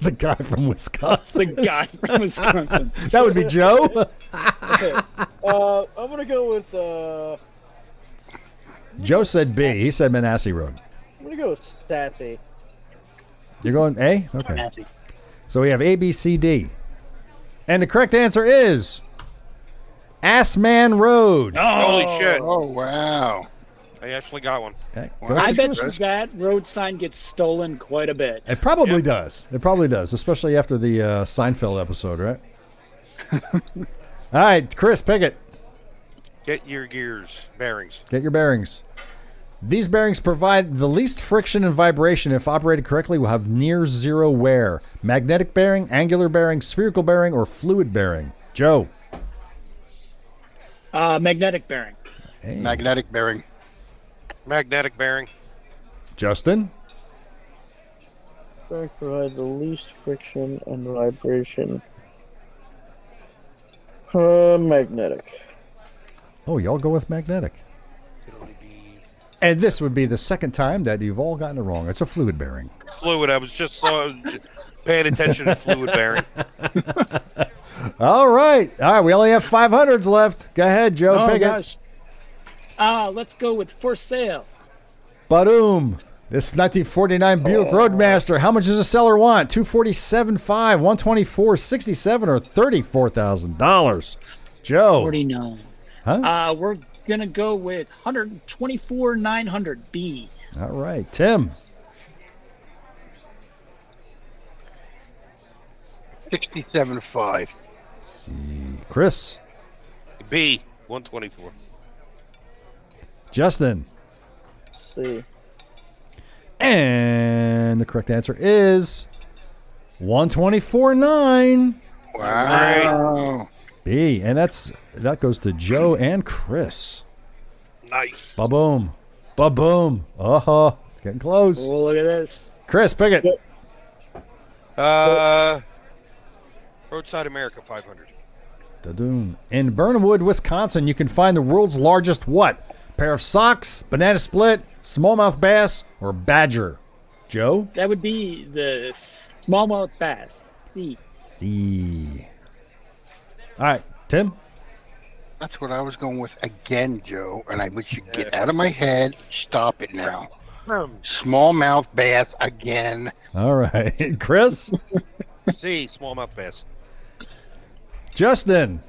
the guy from [LAUGHS]
The
Wisconsin.
guy from Wisconsin.
That would be Joe.
Uh, I'm gonna go with uh,
[LAUGHS] Joe said B. He said Manasseh Road.
I'm gonna go with Sassy.
You're going A? Okay. So we have A, B, C, D. And the correct answer is Assman Road.
Holy shit!
Oh wow!
I actually got one.
Okay,
Wow.
go
I
for
bet
Chris.
you that road sign gets stolen quite a bit.
It probably does. It probably does, especially after the uh, Seinfeld episode, right? All right, Chris, pick it.
Get your gears bearings.
Get your bearings. These bearings provide the least friction and vibration if operated correctly will have near zero wear. Magnetic bearing, angular bearing, spherical bearing, or fluid bearing. Joe.
Uh, magnetic bearing.
Hey.
Magnetic bearing.
Magnetic bearing.
Justin.
Trying to provide the least friction and vibration. Uh, magnetic.
Oh, y'all go with magnetic. And this would be the second time that you've all gotten it wrong. It's a fluid bearing.
Fluid. I was just so j- paying attention to fluid bearing.
All right. All right. We only have 500s left. Go ahead, Joe.
Oh
pick it.
gosh. Uh, let's go with for sale.
Badoom. This 1949 Buick
Oh.
Roadmaster. How much does a seller want? 247 5 124 67 or $34,000. Joe.
Forty nine.
Huh?
Uh, we're gonna go with 124 900 B.
All right. Tim.
67.5.
Chris.
B. 124.
Justin.
Let's see.
And the correct answer is 124.9.
Wow!
B, and that's that goes to Joe and Chris.
Nice.
Ba boom, ba boom. Uh huh. It's getting close.
Oh, look at this.
Chris, pick it.
Uh, Roadside America 500.
Da-doom. In Burnhamwood, Wisconsin, you can find the world's largest what? Pair of socks, banana split, smallmouth bass, or badger. Joe.
That would be the smallmouth bass. C.
C. All right, Tim.
That's what I was going with again, Joe. And I wish you'd get out of my head. Stop it now. Smallmouth bass again.
All right, [LAUGHS] Chris.
C. Smallmouth bass.
Justin.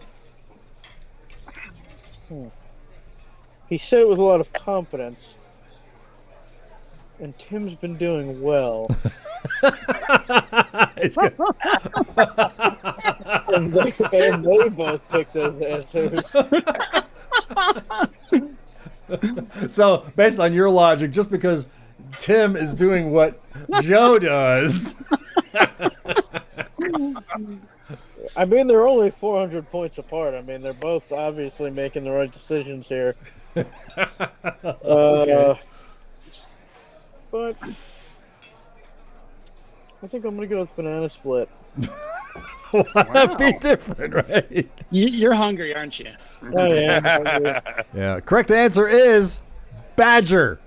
He said it with a lot of confidence. And Tim's been doing well.
It's good.
[LAUGHS] and, they, and they both picked those answers.
[LAUGHS] So, based on your logic, just because Tim is doing what Joe does,
I mean, they're only 400 points apart. I mean, they're both obviously making the right decisions here. uh, but I think I'm going to go with banana split.
that'd be different, right?
You, you're hungry, aren't you?
Oh, yeah.
Yeah. Correct answer is Badger.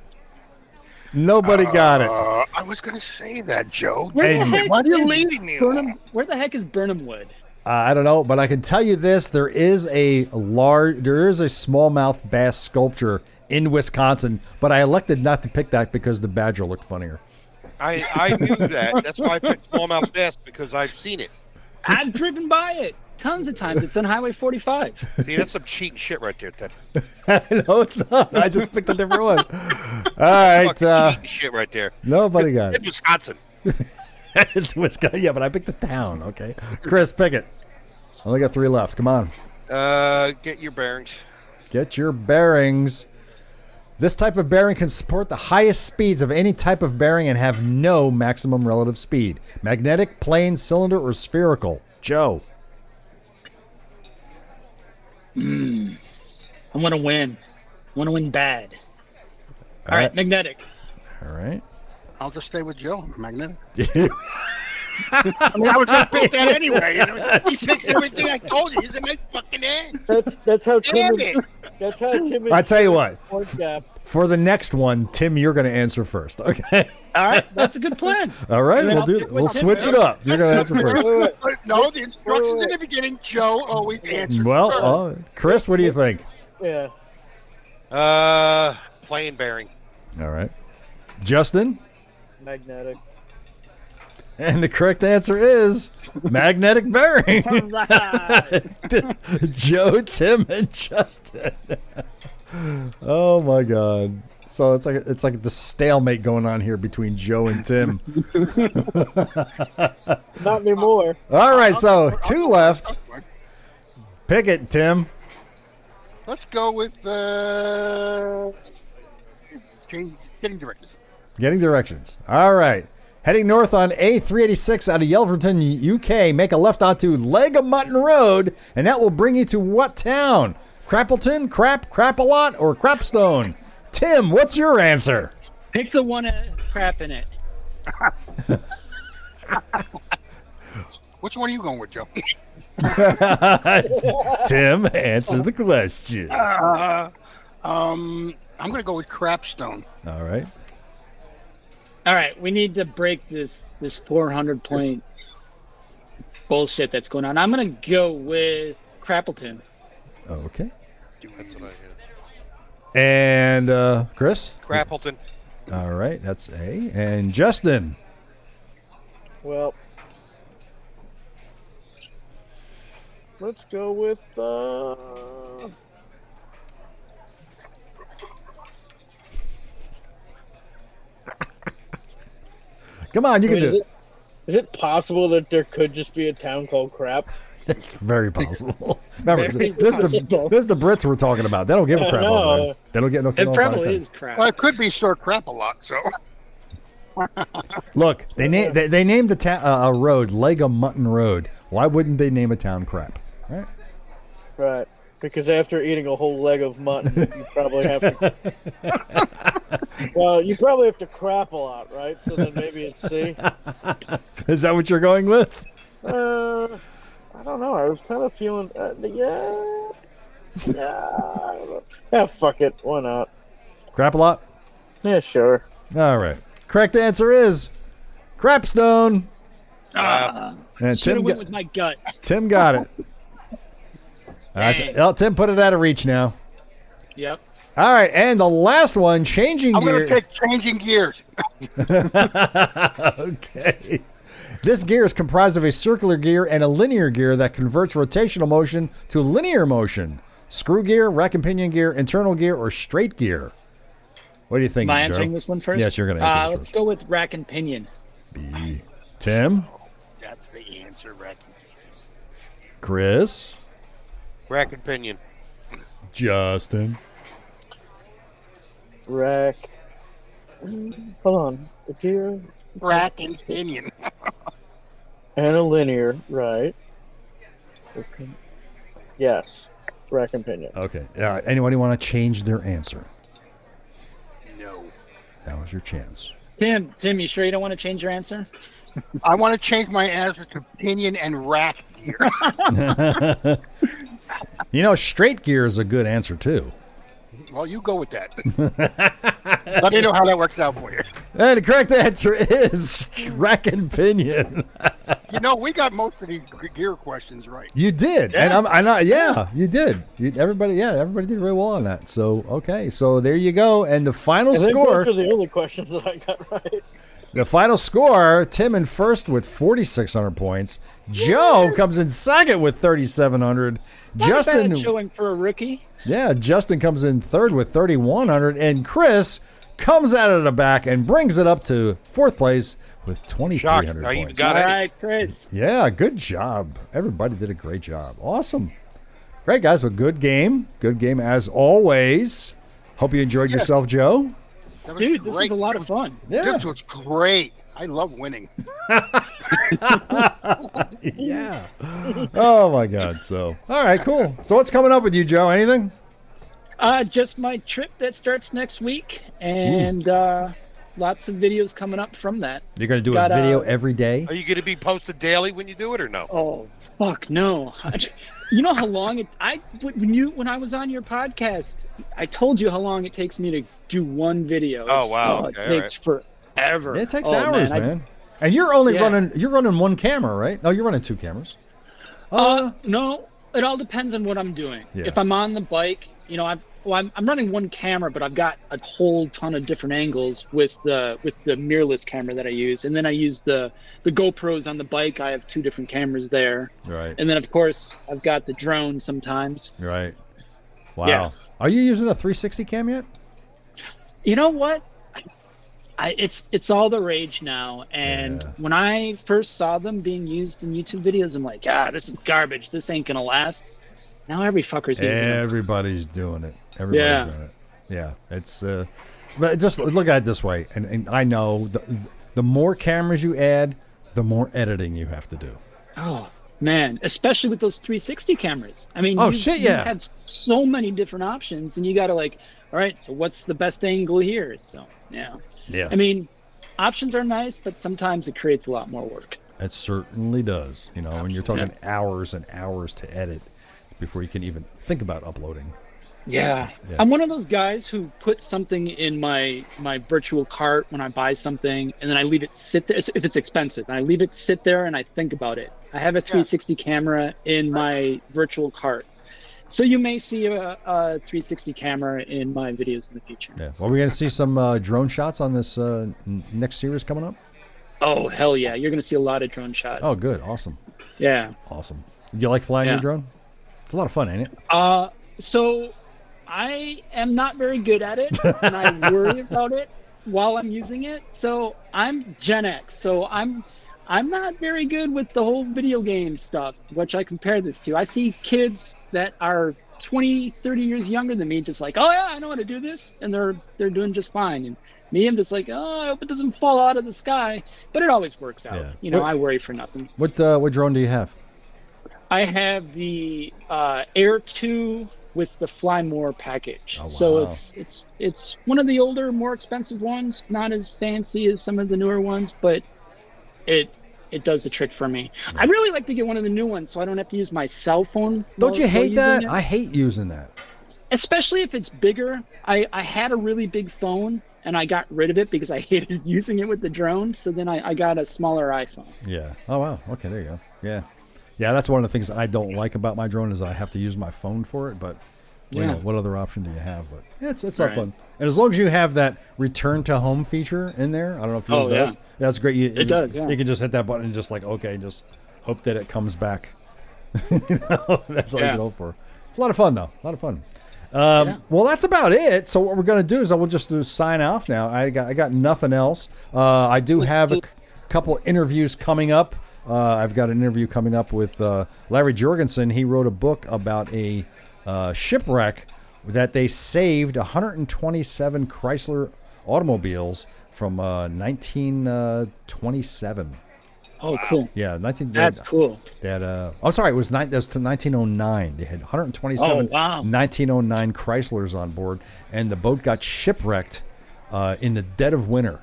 Nobody got it.
Uh, I was gonna say that, Joe.
Where the
Hey,
heck
Why are you
is
leaving me?
Burnham, where the heck is Burnham Wood?
Uh, I don't know, but I can tell you this: there is a large, there is a smallmouth bass sculpture in Wisconsin, but I elected not to pick that because the badger looked funnier. [LAUGHS]
I, I knew that. That's why I picked smallmouth bass because I've seen it.
I've driven by it tons of times. It's on Highway 45.
See, that's some cheating shit right there, Ted.
no, it's not. I just picked a different one. All right,
Fucking
uh,
cheating shit right there.
nobody got
In
it.
Wisconsin.
[LAUGHS] it's Wisconsin. Yeah, but I picked the town. Okay, Chris, pick it. I only got three left. Come on.
Uh, get your bearings.
Get your bearings. This type of bearing can support the highest speeds of any type of bearing and have no maximum relative speed. Magnetic, plane, cylinder, or spherical. Joe.
I want to win. I want to win bad. All right, magnetic.
All right.
I'll just stay with Joe.
[LAUGHS]
Magnetic. I mean, I was gonna pick that anyway. You know? He picks everything I told you. He's a nice fucking ass.
That's, that's how Tim
Damn
is.
it!
[LAUGHS] That's how Tim is.
I tell you what.
Point gap.
[LAUGHS] For the next one, Tim, you're going to answer first. [LAUGHS] Okay.
All right, that's a good plan.
All right. We'll do. We'll switch it up. You're going to answer first.
But no, the instructions in the beginning, Joe always answers.
Well,
first.
uh, Chris, what do you think?
Yeah.
Uh, plane bearing.
All right. Justin.
Magnetic.
And the correct answer is magnetic bearing. [LAUGHS] Joe, Tim, and Justin. oh my god! So it's like it's like the stalemate going on here between Joe and Tim.
Not anymore.
All right, so two left. Pick it, Tim.
Let's go with uh, change, getting directions.
Getting directions. All right. Heading north on A386 out of Yelverton, UK, make a left onto Leg of Mutton Road, and that will bring you to what town? Crappleton, Crap, Crapalot, or Crapstone? Tim, what's your answer? [LAUGHS]
Pick the one that has crap in it.
Which one are you going with, Joe?
Tim, answer the question. All
Uh, Um, I'm gonna go with Crapstone.
right.
All right, we need to break this this 400 point bullshit that's going on. I'm gonna go with Crappleton.
Okay.
That's what I hear.
And uh, Chris?
Crappleton.
All right, that's A. And Justin?
Well, let's go with. Uh,
Come on, you
I
can
mean,
do
is,
it.
it,
[LAUGHS]
is it possible that there could just be a town called Crap?
It's very possible.
[LAUGHS]
[LAUGHS] Remember,
Very
this, is the,
possible.
this is the Brits we're talking about. They don't give a
I
crap
know.
about that. They don't get no
It
no
probably
content.
is crap.
Well, it could be Sir Crap a lot. So
Look, they, na- they, they named the ta- uh, a road Leg of Mutton Road. Why wouldn't they name a town crap? [LAUGHS] Right?
Right. Because after eating a whole leg of mutton, you probably have to. [LAUGHS] well, you probably have to crap a lot, right? So then maybe it's C.
Is that what you're going with?
Uh, I don't know. I was kind of feeling. Uh, yeah. Yeah. Yeah, fuck it. Why not?
Crap a lot?
Yeah, sure.
All right. Correct answer is Crapstone.
Uh,
And
Should have
Tim,
went
got-
with my gut.
Tim got
[LAUGHS]
it. All right,
Dang.
well, Tim put it out of reach now.
Yep.
All right, and the last one, changing
I'm gonna
gear.
pick changing gears.
[LAUGHS]
[LAUGHS]
okay. This gear is comprised of a circular gear and a linear gear that converts rotational motion to linear motion. Screw gear, rack and pinion gear, internal gear, or straight gear? What do you think?
Am I
Joe?
answering this one first?
Yes, you're gonna
Uh,
answer
let's
this
go with rack and pinion.
one. E, Tim,
That's the answer, Rick.
Chris,
Rack and pinion.
Justin.
Rack. Hold on. A gear
Rack and pinion. [LAUGHS]
and a linear, right? Okay. Yes. Rack and pinion.
Okay. Uh, anybody want to change their answer?
No.
That was your chance.
Tim, Tim, you sure you don't want to change your answer?
I want to change my answer to pinion and rack gear. [LAUGHS]
You know, straight gear is a good answer too.
well, you go with that. Let me know how that works out for you.
And the correct answer is rack and pinion.
You know, we got most of these g- gear questions right.
You did, and
Yeah.
I'm, I'm not. Yeah, you did. You, everybody, yeah, everybody did really well on that. So okay, so there you go. And the final
I think
score,
those are the only questions that I got right.
the final score, Tim in first with 4,600 points. Joe comes in second with 3,700. Justin,
Bad showing for a rookie.
yeah, Justin comes in third with 3,100, and Chris comes out of the back and brings it up to fourth place with
Shocked.
2,300
I even
points.
All
got it.
right, Chris.
Yeah, good job. Everybody did a great job. Awesome. Great guys, a good game. Good game as always. Hope you enjoyed yourself, Joe.
That was
Dude, this
great.
was a lot of fun.
Yeah.
This was great. I love winning.
[LAUGHS]
Yeah. oh my God. So all right, cool. So what's coming up with you, Joe? Anything?
Uh, just my trip that starts next week, and uh, lots of videos coming up from that.
You're gonna do
Got,
a
uh,
video every day.
Are you going to be posted daily when you do it or no?
Oh fuck no! [LAUGHS] I j- you know how long it? I when you when I was on your podcast, I told you how long it takes me to do one video.
Oh, wow.
it
Okay,
takes forever.
Yeah, it takes
Oh,
hours,
I
man.
just-
and you're only
Yeah.
running. You're running one camera, right? No, you're running two cameras. Uh,
No, it all depends on what I'm doing.
Yeah.
If I'm on the bike, you know, I'm well, I'm, I'm running one camera, but I've got a whole ton of different angles with the with the mirrorless camera that I use, and then I use the the GoPros on the bike. I have two different cameras there,
right.
and then of course I've got the drone sometimes.
Right. Wow.
Yeah.
Are you using a 360 cam yet?
You know what? I, I, it's it's all the rage now, and
Yeah.
when I first saw them being used in YouTube videos, I'm like, ah, this is garbage. This ain't gonna last. Now every fucker's using them.
Everybody's doing it. Everybody's
Yeah.
doing it. Yeah, it's. Uh, but just look at it this way, and, and I know the, the more cameras you add, the more editing you have to do.
Oh man, especially with those 360 cameras. I mean,
Oh,
you,
shit,
you
yeah.
had so many different options, and you got to like, all right, so what's the best angle here? So yeah,
Yeah,
I mean, options are nice, but sometimes it creates a lot more work.
it certainly does. You know, and you're talking hours and hours to edit before you can even think about uploading.
Yeah.
Yeah.
I'm one of those guys who puts something in my my virtual cart when I buy something, and then I leave it sit there if it's expensive. And I leave it sit there, and I think about it. I have a 360 camera in my virtual cart, so you may see a, a 360 camera in my videos in the future.
Yeah. Well, we're gonna see some uh, drone shots on this uh, n- next series coming up.
Oh hell yeah! You're gonna see a lot of drone shots.
Oh, good, awesome,
yeah.
awesome. You like flying
Yeah.
your drone? It's a lot of fun, ain't it?
Uh, so I am not very good at it, and I worry about it while I'm using it. So I'm Gen X, so I'm I'm not very good with the whole video game stuff, which I compare this to. I see kids that are 20, 30 years younger than me, just like, oh yeah, I know how to do this, and they're they're doing just fine. And me, I'm just like, oh, I hope it doesn't fall out of the sky, but it always works out.
Yeah.
You know,
Well-
I worry for nothing.
What uh, what drone do you have?
I have the uh, Air Two with the Fly More package.
Oh,
So
wow.
it's it's it's one of the older, more expensive ones. Not as fancy as some of the newer ones, but it it does the trick for me. I really like to get one of the new ones, so I don't have to use my cell phone.
Don't
while-
you
while
hate
using
that?
it.
I hate using that.
Especially if it's bigger. I I had a really big phone and I got rid of it because I [LAUGHS] hated using it with the drone. So then I, I got a smaller iPhone.
Yeah. Oh wow. Okay, there you go. Yeah. Yeah, that's one of the things I don't like about my drone is I have to use my phone for it, but you
Yeah.
know, what other option do you have? But yeah, it's it's not
Right.
fun. And as long as you have that return to home feature in there, I don't know if yours
Oh,
does.
yeah.
That's great. You, you-
does, yeah.
You can just hit that button and just like okay, just hope that it comes back. you know, that's all you
Yeah.
can hope for. It's a lot of fun though. A lot of fun. Um,
Yeah.
Well, that's about it. So what we're gonna do is I will just do sign off now. I got I got nothing else. Uh, I do have a c- couple interviews coming up. Uh, I've got an interview coming up with uh, Larry Jorgensen. He wrote a book about a uh, shipwreck that they saved 127 Chrysler automobiles from uh, 1927.
Oh, cool.
Yeah, uh, 19.
That's
yeah.
cool.
That uh, oh, sorry, it was nine. That was to 1909. They had 127
Oh, wow.
1909 Chryslers on board, and the boat got shipwrecked uh, in the dead of winter.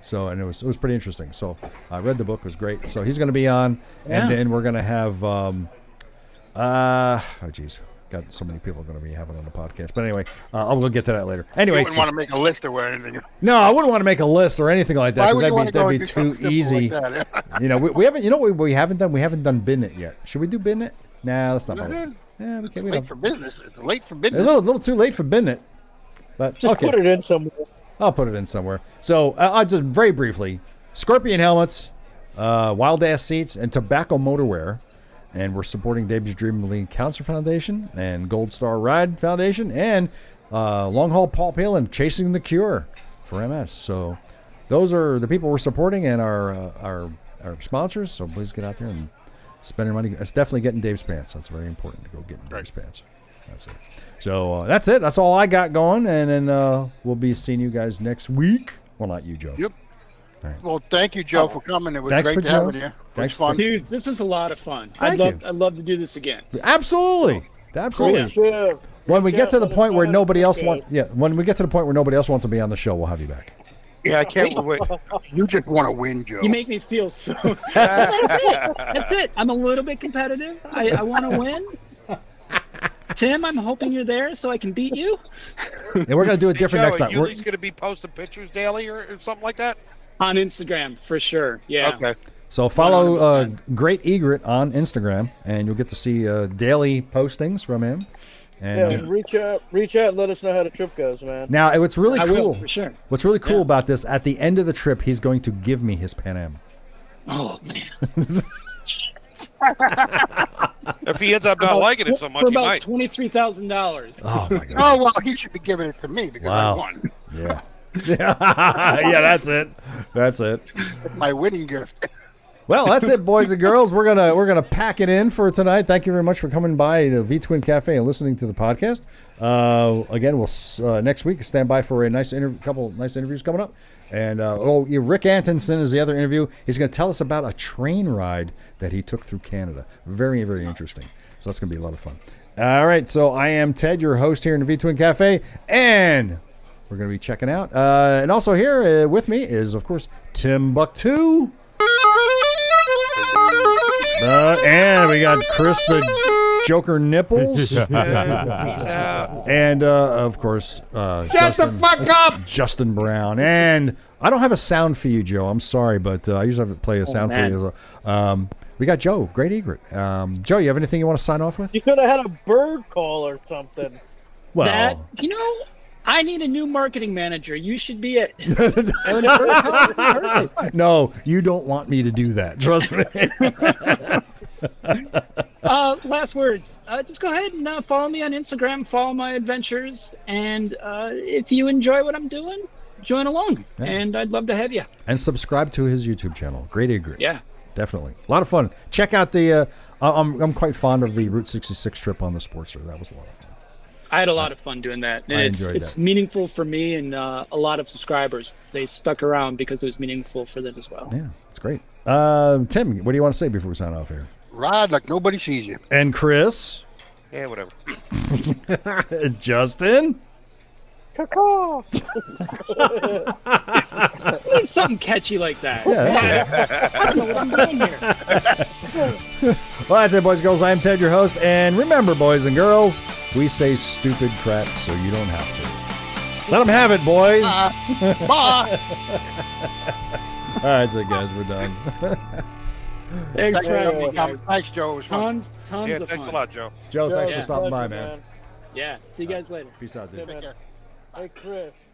So, and it was it was pretty interesting. So, I read the book; it was great. So he's going to be on,
Yeah.
and then we're going to have um, uh, oh geez, got so many people going to be having on the podcast. But anyway, uh, I'll go get to that later.
You
Anyway,
wouldn't
so-
want to make a list or anything.
no, I wouldn't want to make a list or anything like that
Why
because
would you want to
that'd be,
go
that'd
and
be too
do something simple
easy. [LAUGHS]
Like that?
You know, we, we haven't. You know, what we, we haven't done. We haven't done bin it yet. Should we do bin it? Nah, that's not. bother.
Mhm.
Yeah, we can't.
It's
We
late
don't.
for business. It's late for
A
business.
little, little too late for bin it. But
[LAUGHS] Just
okay,
put it in somewhere.
I'll put it in somewhere. So uh, I'll just very briefly: scorpion helmets, uh, wild ass seats, and tobacco motorwear. And we're supporting David's Dream League Council Foundation and Gold Star Ride Foundation and uh, Long Haul Paul Palin Chasing the Cure for MS. So those are the people we're supporting and our uh, our our sponsors. So please get out there and spend your money. It's definitely getting Dave's pants. That's very important to go get in Dave's pants. That's it. So uh, that's it. That's all I got going. And then uh, we'll be seeing you guys next week. Well, not you, Joe.
Yep.
Alright.
Well, thank you, Joe, for coming. It was
Oh, Thanks
great
for
to have
Joe.
having you. It
Thanks
was
for-
fun.
Dude, this was a lot of fun.
Thank
I'd love
you.
I'd love to do this again.
Absolutely. Absolutely.
Oh, Yeah.
When we get to the
Yeah,
point where
that's
nobody else
good.
wants, yeah, when we get to the point where nobody else wants to be on the show, we'll have you back.
Yeah, I can't wait.
You just want to win, Joe.
You make me feel
[LAUGHS]
so. [LAUGHS] That's it. That's it. I'm a little bit competitive. I, I want to win. Tim, I'm hoping you're there so I can beat you.
And we're gonna do it different
Joe,
next
Are
time.
you at
We're,
least going to be posting pictures daily or, or something like that?
On Instagram, for sure. Yeah.
Okay.
so follow uh,
100%.
Great Egret on Instagram, and you'll get to see uh, daily postings from him.
Yeah,
And uh,
reach out, reach out, and let us know how the trip goes, man.
now, what's really
I
cool,
will, for sure.
what's really cool
Yeah.
about this, at the end of the trip, he's going to give me his Pan Am.
Oh, man.
If he ends up not liking it so much,
For
he
about
might.
$23,000.
Oh [LAUGHS] my god!
Oh well, he should be giving it to me because
Wow.
I won.
Yeah. [LAUGHS] yeah, yeah, that's it. That's it.
It's my winning gift.
Well, that's it, boys and girls. We're gonna we're gonna pack it in for tonight. Thank you very much for coming by to V Twin Cafe and listening to the podcast. Uh, again, we'll s- uh, next week stand by for a nice interview, couple nice interviews coming up. And uh, oh, yeah, Rick Antonson is the other interview. He's gonna tell us about a train ride that he took through Canada. Very very interesting. So that's gonna be a lot of fun. All right, so I am Ted, your host here in the V Twin Cafe, and we're gonna be checking out. Uh, and also here uh, with me is of course Tim Buck Two. Uh, and we got Chris [LAUGHS] the Joker [LAUGHS] Nipples. and, uh, of course, uh, Shut Justin, the fuck up! Justin Brown. And I don't have a sound for you, Joe. I'm sorry, but uh, I usually have to play a sound for
Oh, man.
you. Um, we got Joe, great egret. Um, Joe, you have anything you want to sign off with?
You could have had a bird call or something.
Well,
That, you know, I need a new marketing manager. You should be
[LAUGHS]
it.
no, you don't want me to do that. Trust me.
uh, last words. Uh, just go ahead and uh, follow me on Instagram, follow my adventures. And uh, if you enjoy what I'm doing, join along. And I'd love to have you.
[LAUGHS] and subscribe to his YouTube channel, Great Egret.
Yeah.
definitely a lot of fun. Check out the. Uh, I- I'm I'm quite fond of the Route 66 trip on the Sportster. That was a lot of fun.
I had a lot of fun doing that, and
I
it's
enjoyed
it's
that.
meaningful for me and uh, a lot of subscribers. They stuck around because it was meaningful for them as well.
Yeah, it's great. Uh, Tim, what do you want to say before we sign off here?
Ride like nobody
[LAUGHS]
sees you.
And Chris, uh,
Yeah, whatever.
Justin,
Caw-caw.
Need Something catchy like that.
yeah. That's it.
I don't know what I'm doing here.
Well, that's it, boys and girls. I am Ted, your host. And remember, boys and girls, we say stupid crap so you don't have to. Let them have it, boys.
Bye.
All right, so guys, we're [LAUGHS] done.
Thanks
Thanks,
for having
Joe.
me, guys.
Thanks, Joe. It was fun.
Tons, tons
Yeah,
of
thanks a
fun.
lot, Joe.
Joe, thanks
Yeah,
for stopping by,
pleasure,
man.
Yeah. See you guys later.
Peace out, dude.
Hey, man. Hey, Chris.